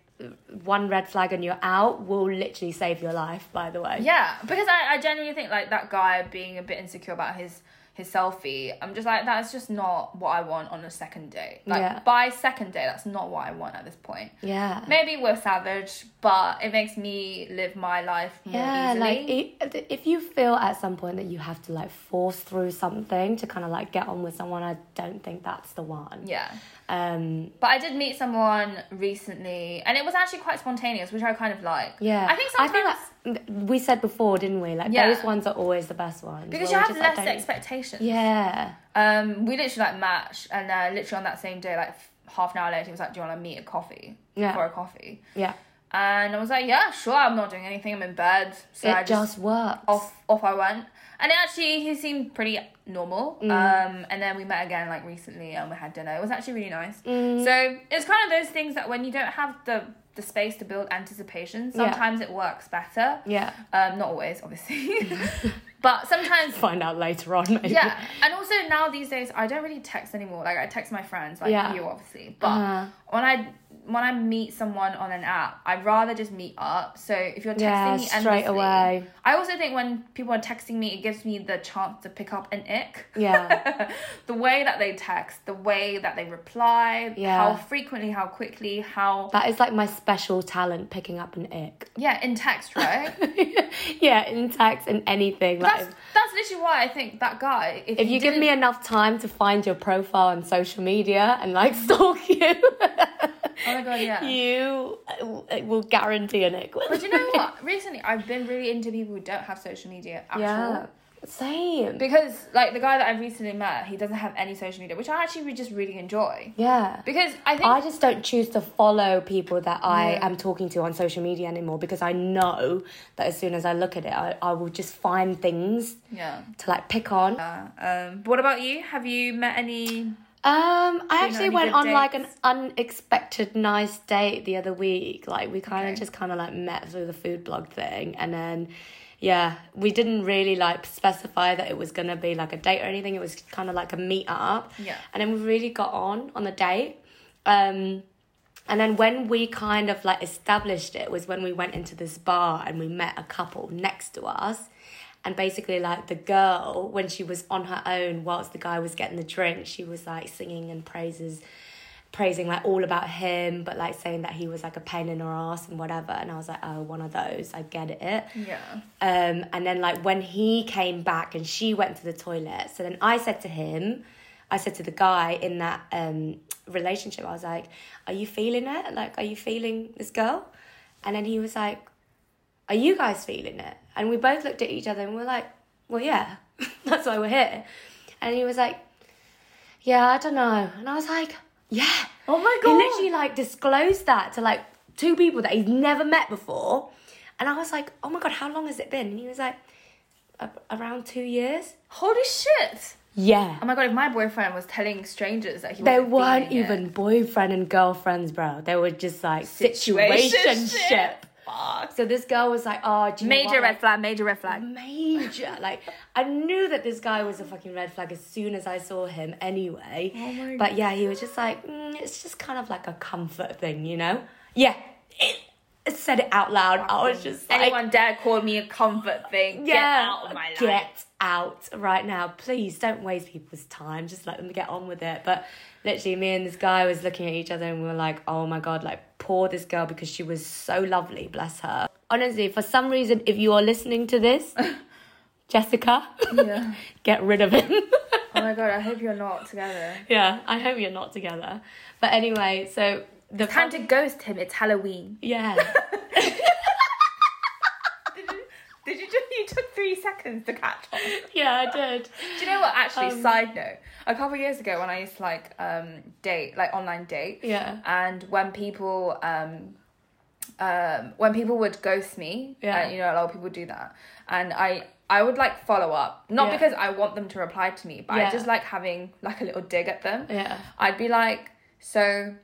Speaker 1: one red flag and you're out will literally save your life, by the way.
Speaker 2: Yeah, because I, I genuinely think like that guy being a bit insecure about his his selfie. I'm just like that's just not what I want on a second date. Like
Speaker 1: Yeah.
Speaker 2: by second date, that's not what I want at this point.
Speaker 1: Yeah.
Speaker 2: Maybe we're savage, but it makes me live my life more
Speaker 1: Yeah,
Speaker 2: easily.
Speaker 1: like i- if you feel at some point that you have to like force through something to kind of like get on with someone, I don't think that's the one.
Speaker 2: yeah.
Speaker 1: Um,
Speaker 2: But I did meet someone recently, and it was actually quite spontaneous, which I kind of like.
Speaker 1: yeah,
Speaker 2: I think sometimes
Speaker 1: I think that we said before, didn't we? Like
Speaker 2: Yeah.
Speaker 1: those ones are always the best ones
Speaker 2: because you
Speaker 1: where we
Speaker 2: have
Speaker 1: just, like,
Speaker 2: less
Speaker 1: don't-
Speaker 2: expectations.
Speaker 1: Yeah,
Speaker 2: Um, we literally like matched, and uh, literally on that same day, like f- half an hour later, he was like, "Do you want to meet at coffee
Speaker 1: Yeah.
Speaker 2: for a coffee?"
Speaker 1: yeah,
Speaker 2: And I was like, "Yeah, sure. I'm not doing anything. I'm in bed." So I
Speaker 1: it
Speaker 2: just,
Speaker 1: just works.
Speaker 2: off off I went, and actually he seemed pretty normal.
Speaker 1: Mm.
Speaker 2: Um, and then we met again like recently, and we had dinner. It was actually really nice.
Speaker 1: Mm.
Speaker 2: So it's kind of those things that when you don't have the the space to build anticipation,
Speaker 1: Yeah.
Speaker 2: sometimes it works better. *laughs*
Speaker 1: Yeah,
Speaker 2: Um, not always, obviously,
Speaker 1: *laughs*
Speaker 2: but sometimes
Speaker 1: find out later on. Maybe. *laughs*
Speaker 2: yeah, and also now these days I don't really text anymore. Like I text my friends, like
Speaker 1: Yeah.
Speaker 2: you obviously. But
Speaker 1: Uh-huh.
Speaker 2: when I when I meet someone on an app, I'd rather just meet up. So if you're texting
Speaker 1: Yeah,
Speaker 2: me
Speaker 1: straight
Speaker 2: endlessly-
Speaker 1: away.
Speaker 2: I also think when people are texting me, it gives me the chance to pick up an ick.
Speaker 1: yeah,
Speaker 2: the way that they text, the way that they reply,
Speaker 1: Yeah.
Speaker 2: how frequently, how quickly, how
Speaker 1: that is like my special talent, picking up an ick. *laughs*
Speaker 2: yeah, in text, right?
Speaker 1: yeah, in text and anything.
Speaker 2: that's
Speaker 1: like,
Speaker 2: that's literally why I think that guy. If,
Speaker 1: If you give
Speaker 2: didn't-
Speaker 1: me enough time to find your profile on social media and like *laughs* stalk you,
Speaker 2: oh my god,
Speaker 1: *laughs*
Speaker 2: yeah.
Speaker 1: you uh, it will guarantee an ick.
Speaker 2: But you know what? Recently, I've been really into people who don't have social media at
Speaker 1: *laughs* Yeah,
Speaker 2: all.
Speaker 1: same.
Speaker 2: Because, like, the guy that I recently met, he doesn't have any social media, which I actually would just really enjoy.
Speaker 1: Yeah.
Speaker 2: Because I think,
Speaker 1: I just don't choose to follow people that I am talking to on social media anymore because I know that as soon as I look at it, I, I will just find things
Speaker 2: yeah.
Speaker 1: to like pick on.
Speaker 2: Yeah. Um, but what about you? Have you met any?
Speaker 1: Um, I
Speaker 2: know
Speaker 1: actually
Speaker 2: any
Speaker 1: went
Speaker 2: good
Speaker 1: on like an
Speaker 2: dates?
Speaker 1: unexpected nice date the other week. Like we kind of
Speaker 2: Okay.
Speaker 1: just kind of like met through the food blog thing, and then yeah, we didn't really like specify that it was gonna be like a date or anything. It was kind of like a meet up.
Speaker 2: Yeah.
Speaker 1: and then we really got on on the date. Um, and then when we kind of like established it was when we went into this bar and we met a couple next to us. And basically, like the girl, when she was on her own, whilst the guy was getting the drink, she was like singing and praises, praising like all about him, but like saying that he was like a pain in her ass and whatever. And I was like, oh, one of those, I get it.
Speaker 2: Yeah.
Speaker 1: Um, and then like when he came back and she went to the toilet, so then I said to him, I said to the guy in that um, relationship, I was like, "Are you feeling it? Like, are you feeling this girl?" And then he was like, "Are you guys feeling it?" And we both looked at each other and we are like, "Well, yeah, *laughs* that's why we're here." And he was like, "Yeah, I don't know," and I was like, "Yeah."
Speaker 2: Oh my
Speaker 1: He literally like disclosed that to like two people that he's never met before. And I was like, oh my god, how long has it been? And he was like, "A- around two years.
Speaker 2: Holy shit!
Speaker 1: Yeah.
Speaker 2: Oh my god! If my boyfriend was telling strangers that he
Speaker 1: They
Speaker 2: wasn't
Speaker 1: weren't
Speaker 2: feeling it.
Speaker 1: even boyfriend and girlfriend, bro. They were just like situationship.
Speaker 2: Fuck.
Speaker 1: So this girl was like, oh, do you know
Speaker 2: Major
Speaker 1: what?
Speaker 2: red flag. Major red flag.
Speaker 1: major. Like I knew that this guy was a fucking red flag as soon as I saw him. Anyway,
Speaker 2: Oh my
Speaker 1: but yeah, he was just like, mm, it's just kind of like a comfort thing, you know? Yeah, it, it said it out loud. I was just like,
Speaker 2: Anyone dare call me a comfort thing?
Speaker 1: yeah,
Speaker 2: Get out of my life.
Speaker 1: get out right now, please. Don't waste people's time. Just let them get on with it. But literally, me and this guy was looking at each other, and we were like, oh my god, like poor this girl because she was so lovely. Bless her. Honestly, for some reason, if you are listening to this. *laughs* Jessica,
Speaker 2: *laughs* Yeah.
Speaker 1: get rid of him. *laughs*
Speaker 2: Oh my god! I hope you're not together.
Speaker 1: yeah, I hope you're not together. But anyway, so the
Speaker 2: Time to ghost him. It's Halloween.
Speaker 1: yeah,
Speaker 2: Did you just? You took three seconds to catch on.
Speaker 1: yeah, I *laughs* did.
Speaker 2: Do you know what? Actually,
Speaker 1: Um,
Speaker 2: side note. A couple of years ago, when I used to like um date, like online date.
Speaker 1: Yeah.
Speaker 2: And when people um. Um, when people would ghost me,
Speaker 1: Yeah.
Speaker 2: and, you know, a lot of people do that, and I, I would like follow up, not
Speaker 1: Yeah.
Speaker 2: because I want them to reply to me, but
Speaker 1: Yeah.
Speaker 2: I just like having like a little dig at them.
Speaker 1: Yeah.
Speaker 2: I'd be like, so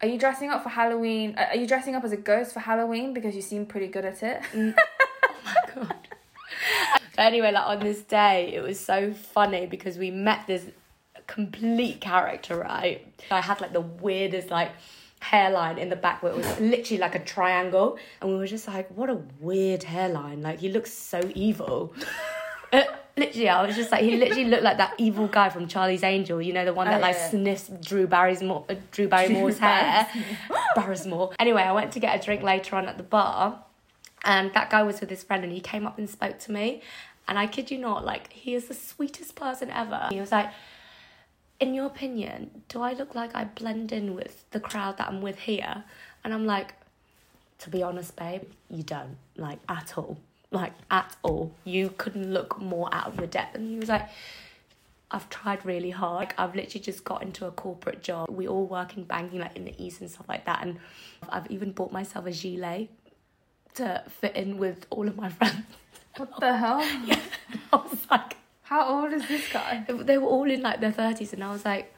Speaker 2: are you dressing up for Halloween? Are are you dressing up as a ghost for Halloween because you seem pretty good at it?
Speaker 1: *laughs* But anyway, like on this day, it was so funny because we met this complete character, right? I had like the weirdest like hairline in the back where it was literally like a triangle. And we were just like, what a weird hairline. Like, he looks so
Speaker 2: *laughs*
Speaker 1: evil. *laughs* Uh, literally, I was just like, he literally looked like that evil guy from Charlie's Angel, you know, the one that
Speaker 2: Oh,
Speaker 1: like
Speaker 2: yeah.
Speaker 1: sniffs Drew Barrymore's uh, Drew Barrymore's hair. *laughs* Barrymore. Anyway, I went to get a drink later on at the bar, and that guy was with his friend, and he came up and spoke to me, and I kid you not, like he is the sweetest person ever. He was like. In your opinion, do I look like I blend in with the crowd that I'm with here? And I'm like, to be honest, babe, you don't like at all, like at all. You couldn't look more out of your depth. And he was like, I've tried really hard. Like, I've literally just got into a corporate job. We all work in banking, like in the east and stuff like that. And I've even bought myself a gilet to fit in with all of my *laughs* friends.
Speaker 2: *laughs* What the
Speaker 1: *laughs*
Speaker 2: hell?
Speaker 1: I was like,
Speaker 2: How old is this guy?
Speaker 1: they were all in like their thirties, and I was like,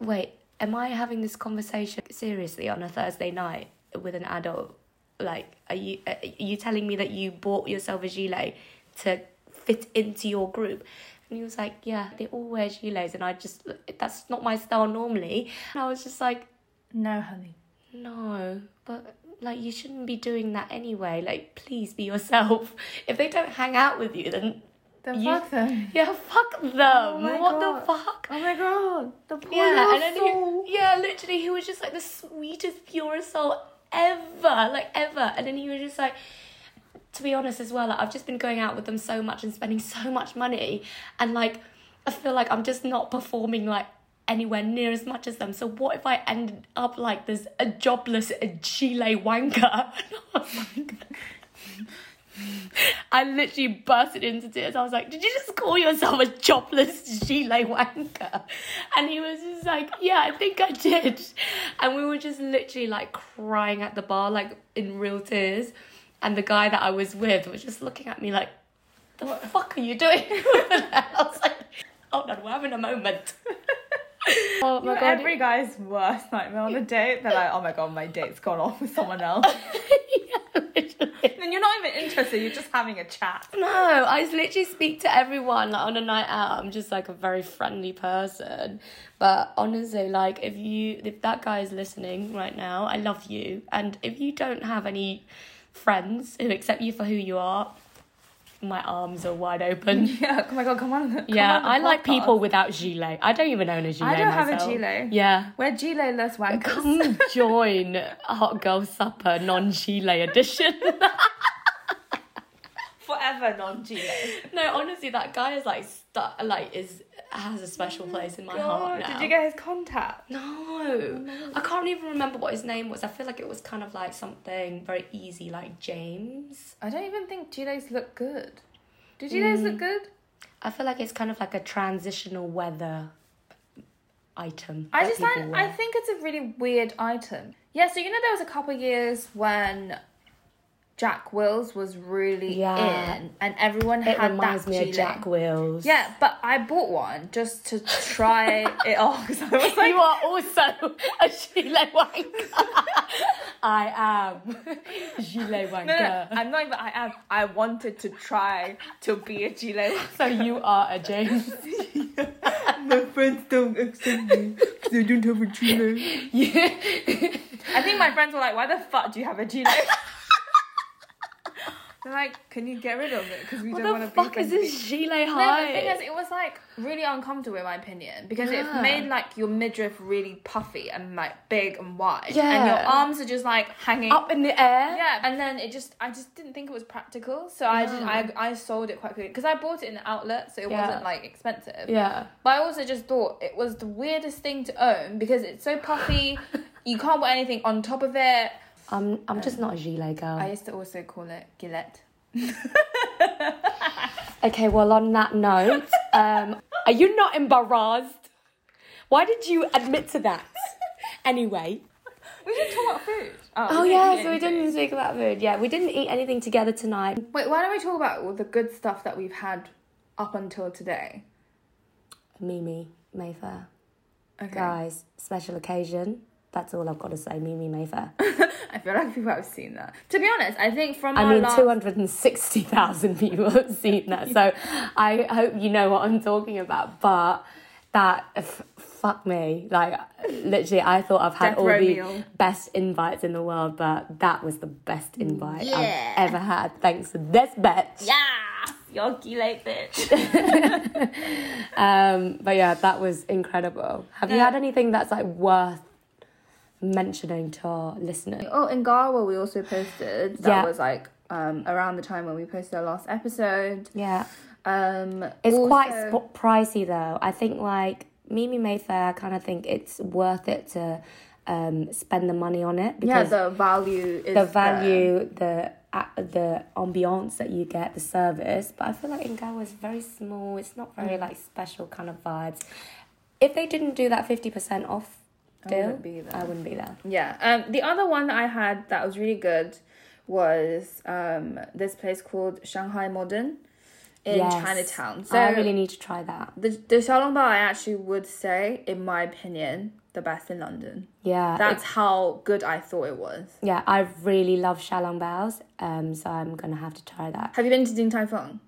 Speaker 1: wait, am I having this conversation seriously on a Thursday night with an adult? Like, are you uh, are you telling me that you bought yourself a gilet to fit into your group? And he was like, yeah, they all wear gilets, and I just that's not my style normally. And I was just like,
Speaker 2: No, honey.
Speaker 1: no, but like you shouldn't be doing that anyway. Like, please be yourself. *laughs* If they don't hang out with you, then
Speaker 2: Then
Speaker 1: You-
Speaker 2: fuck them.
Speaker 1: yeah, fuck them.
Speaker 2: Oh my
Speaker 1: what the
Speaker 2: God.
Speaker 1: fuck?
Speaker 2: Oh my god. The poor
Speaker 1: Yeah,
Speaker 2: little
Speaker 1: and then
Speaker 2: soul.
Speaker 1: he, yeah, literally, he was just like the sweetest, purest soul ever, like ever. And then he was just like, to be honest, as well, like, I've just been going out with them so much and spending *laughs* so much money, and like, I feel like I'm just not performing like anywhere near as much as them. So what if I ended up like this a jobless a gilet wanker? *laughs* Oh And I was like- *laughs* I literally busted into tears. I was like, "Did you just call yourself a jobless gilet wanker?" And he was just like, "Yeah, I think I did." And we were just literally like crying at the bar, like in real tears. And the guy that I was with was just looking at me like, "The fuck are you doing?" *laughs* and I was like, "Oh no, we're having a moment." *laughs* oh my
Speaker 2: You're
Speaker 1: god!
Speaker 2: Every guy's worst nightmare on a date. They're like, oh my god, my date's gone off with
Speaker 1: *laughs*
Speaker 2: someone else. and you're not even interested, you're just having a chat.
Speaker 1: No, I literally speak to everyone like on a night out. I'm just like a very friendly person. But honestly, like if you if that guy is listening right now, I love you. And if you don't have any friends who accept you for who you are, my arms are wide *laughs* open.
Speaker 2: *laughs* Yeah, oh my god, come on. come
Speaker 1: Yeah,
Speaker 2: on the
Speaker 1: I like
Speaker 2: podcast.
Speaker 1: people without gilet. I don't even own a gilet.
Speaker 2: I don't have a
Speaker 1: myself.
Speaker 2: gilet.
Speaker 1: Yeah.
Speaker 2: We're Gile less wankers.
Speaker 1: Come join Hot Girl Supper non gilet edition.
Speaker 2: *laughs* Forever non Gile.
Speaker 1: No, honestly, that guy is like stuck. Like, is has a special place in my heart now.
Speaker 2: Oh Did you get his contact?
Speaker 1: No, I can't even remember what his name was. I feel like it was kind of like something very easy, like James.
Speaker 2: I don't even think Giles look good. Do Giles
Speaker 1: Mm.
Speaker 2: look good?
Speaker 1: I feel like it's kind of like a transitional weather item.
Speaker 2: I
Speaker 1: that
Speaker 2: just
Speaker 1: people
Speaker 2: find
Speaker 1: wear.
Speaker 2: I think it's a really weird item. Yeah, so you know there was a couple years when Jack Wills was really
Speaker 1: Yeah.
Speaker 2: in, and everyone
Speaker 1: it
Speaker 2: had
Speaker 1: reminds
Speaker 2: that
Speaker 1: me
Speaker 2: gilet.
Speaker 1: of Jack Wills.
Speaker 2: Yeah, but I bought one just to
Speaker 1: *laughs*
Speaker 2: try it on because I was like,
Speaker 1: you are also a gilet wanker.
Speaker 2: *laughs*
Speaker 1: I am *laughs* gilet wanker.
Speaker 2: no, no, I'm not even. I am. I wanted to try to be
Speaker 1: *laughs*
Speaker 2: a gilet.
Speaker 1: So you are a James. *laughs*
Speaker 2: My friends don't accept me. They don't have a gilet.
Speaker 1: You-
Speaker 2: I think my friends were like, "Why the fuck do you have a
Speaker 1: *laughs*
Speaker 2: gilet?" They're like, "Can you get rid of it? Because we
Speaker 1: What the
Speaker 2: don't want to be."
Speaker 1: fuck is this gilet
Speaker 2: No, but the thing is,
Speaker 1: high?
Speaker 2: it was like really uncomfortable in my opinion because
Speaker 1: Yeah.
Speaker 2: it made like your midriff really puffy and like big and wide, and your
Speaker 1: Yeah. Oh.
Speaker 2: arms are just like hanging
Speaker 1: Up in the air?
Speaker 2: Yeah, and then it just I just didn't think it was practical, so I just I, I sold it quite quickly because I bought it in an outlet, so it
Speaker 1: Yeah.
Speaker 2: wasn't like expensive.
Speaker 1: Yeah.
Speaker 2: But I also just thought it was the weirdest thing to own because it's so
Speaker 1: *laughs*
Speaker 2: puffy, you can't wear anything on top of it.
Speaker 1: I'm I'm just not a gilet girl.
Speaker 2: I used to also call it Gillette. *laughs*
Speaker 1: Okay, well on that *laughs* note, um, are you not embarrassed? Why did you admit to *laughs* that? Anyway.
Speaker 2: We didn't talk about food.
Speaker 1: Oh
Speaker 2: we didn't
Speaker 1: yeah, so
Speaker 2: eat
Speaker 1: we
Speaker 2: anything.
Speaker 1: didn't speak about food. Yeah, we didn't eat anything together tonight.
Speaker 2: Wait, why don't we talk about all the good stuff that we've had up until today?
Speaker 1: Mimi Mayfair,
Speaker 2: Okay.
Speaker 1: guys, special occasion. That's all I've got to say. Mimi Mayfair.
Speaker 2: I feel like people have seen that. To be honest, I think from
Speaker 1: I
Speaker 2: our
Speaker 1: mean,
Speaker 2: last...
Speaker 1: two hundred and sixty thousand *laughs* people have seen that. So I hope you know what I'm talking about. But that f- fuck me. Like, literally, I thought I've had
Speaker 2: Death
Speaker 1: all
Speaker 2: Romeo.
Speaker 1: the best invites in the world, but that was the best invite
Speaker 2: Yeah.
Speaker 1: I've ever had. Thanks to this bitch.
Speaker 2: Yeah, Yorkie
Speaker 1: *laughs*
Speaker 2: like bitch.
Speaker 1: Um, but yeah, that was incredible. Have you
Speaker 2: Yeah.
Speaker 1: had anything that's like worth mentioning to our listeners?
Speaker 2: oh, in Garwa we also posted. That
Speaker 1: Yeah.
Speaker 2: was like um around the time when we posted our last episode.
Speaker 1: Yeah.
Speaker 2: Um,
Speaker 1: It's quite
Speaker 2: also-
Speaker 1: sp- pricey though. I think like Mimi Mayfair, I kind of think it's worth it to um, spend the money on it
Speaker 2: yeah.
Speaker 1: because
Speaker 2: The value is
Speaker 1: the
Speaker 2: there.
Speaker 1: value, the a- the ambiance that you get, the service. But I feel like Ingawa is very small. It's not
Speaker 2: Mm.
Speaker 1: very like special kind of vibes. If they didn't do that fifty percent off deal, I
Speaker 2: wouldn't be there.
Speaker 1: I wouldn't be there.
Speaker 2: Yeah. Um, the other one that I had that was really good was um this place called Shanghai Modern in
Speaker 1: Yes.
Speaker 2: Chinatown. So
Speaker 1: I really need to try that.
Speaker 2: the the Xiaolongbao I actually would say, in my opinion, the best in London.
Speaker 1: Yeah,
Speaker 2: That's how good I thought it was.
Speaker 1: yeah. I really love Shalong Bao's, um, so I'm gonna have to try that.
Speaker 2: Have you been to Din Tai Fung?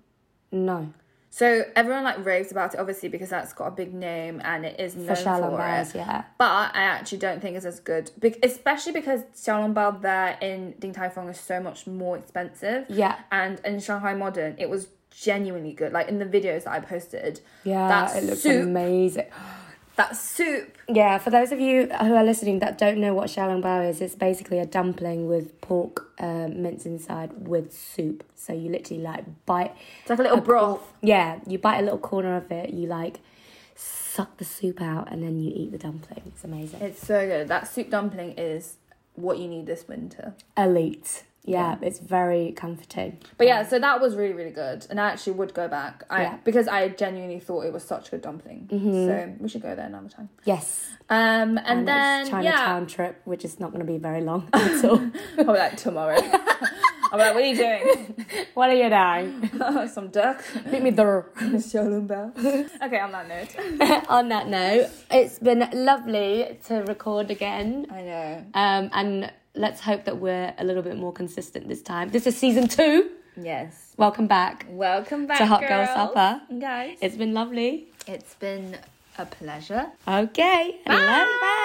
Speaker 1: No,
Speaker 2: So everyone like raves about it, obviously, because that's got a big name and it is known
Speaker 1: for
Speaker 2: for,
Speaker 1: Shalong
Speaker 2: it.
Speaker 1: Bao's, yeah.
Speaker 2: But I actually don't think it's as good, Be- especially because Xiaolongbao there in Ding Tai Fung is so much more expensive.
Speaker 1: Yeah.
Speaker 2: And in Shanghai Modern, it was genuinely good. Like in the videos that I posted,
Speaker 1: Yeah,
Speaker 2: That
Speaker 1: it looks
Speaker 2: soup.
Speaker 1: amazing.
Speaker 2: that soup.
Speaker 1: Yeah, for those of you who are listening that don't know what xiaolong bao is, it's basically a dumpling with pork uh, mince inside with soup. So you literally like bite.
Speaker 2: It's like a little broth.
Speaker 1: Yeah, you bite a little corner of it. You like suck the soup out and then you eat the dumpling. It's amazing.
Speaker 2: It's so good. That soup dumpling is what you need this winter.
Speaker 1: Elite. Yeah, it's very comforting.
Speaker 2: But yeah, so that was really really good, and I actually would go back. I
Speaker 1: Yeah.
Speaker 2: because I genuinely thought it was such a good dumpling. So we should go there another time.
Speaker 1: Yes,
Speaker 2: Um, Mm-hmm. and,
Speaker 1: it's
Speaker 2: then
Speaker 1: Chinatown
Speaker 2: *laughs* yeah,
Speaker 1: trip, which is not going to be very long *laughs* at all.
Speaker 2: probably like *laughs* tomorrow. I'm like, what are you doing? *laughs*
Speaker 1: what are you doing?
Speaker 2: Some *laughs* duck.
Speaker 1: Meet me there.
Speaker 2: *laughs* okay, on that note.
Speaker 1: *laughs* On that note, it's been lovely to record again.
Speaker 2: I know.
Speaker 1: Um, and let's hope that we're a little bit more consistent this time. This is season two.
Speaker 2: Yes.
Speaker 1: Welcome back.
Speaker 2: Welcome back
Speaker 1: To Hot Girl
Speaker 2: girls.
Speaker 1: Supper.
Speaker 2: guys.
Speaker 1: It's been lovely.
Speaker 2: It's been a pleasure.
Speaker 1: Okay. Hello.
Speaker 2: Bye.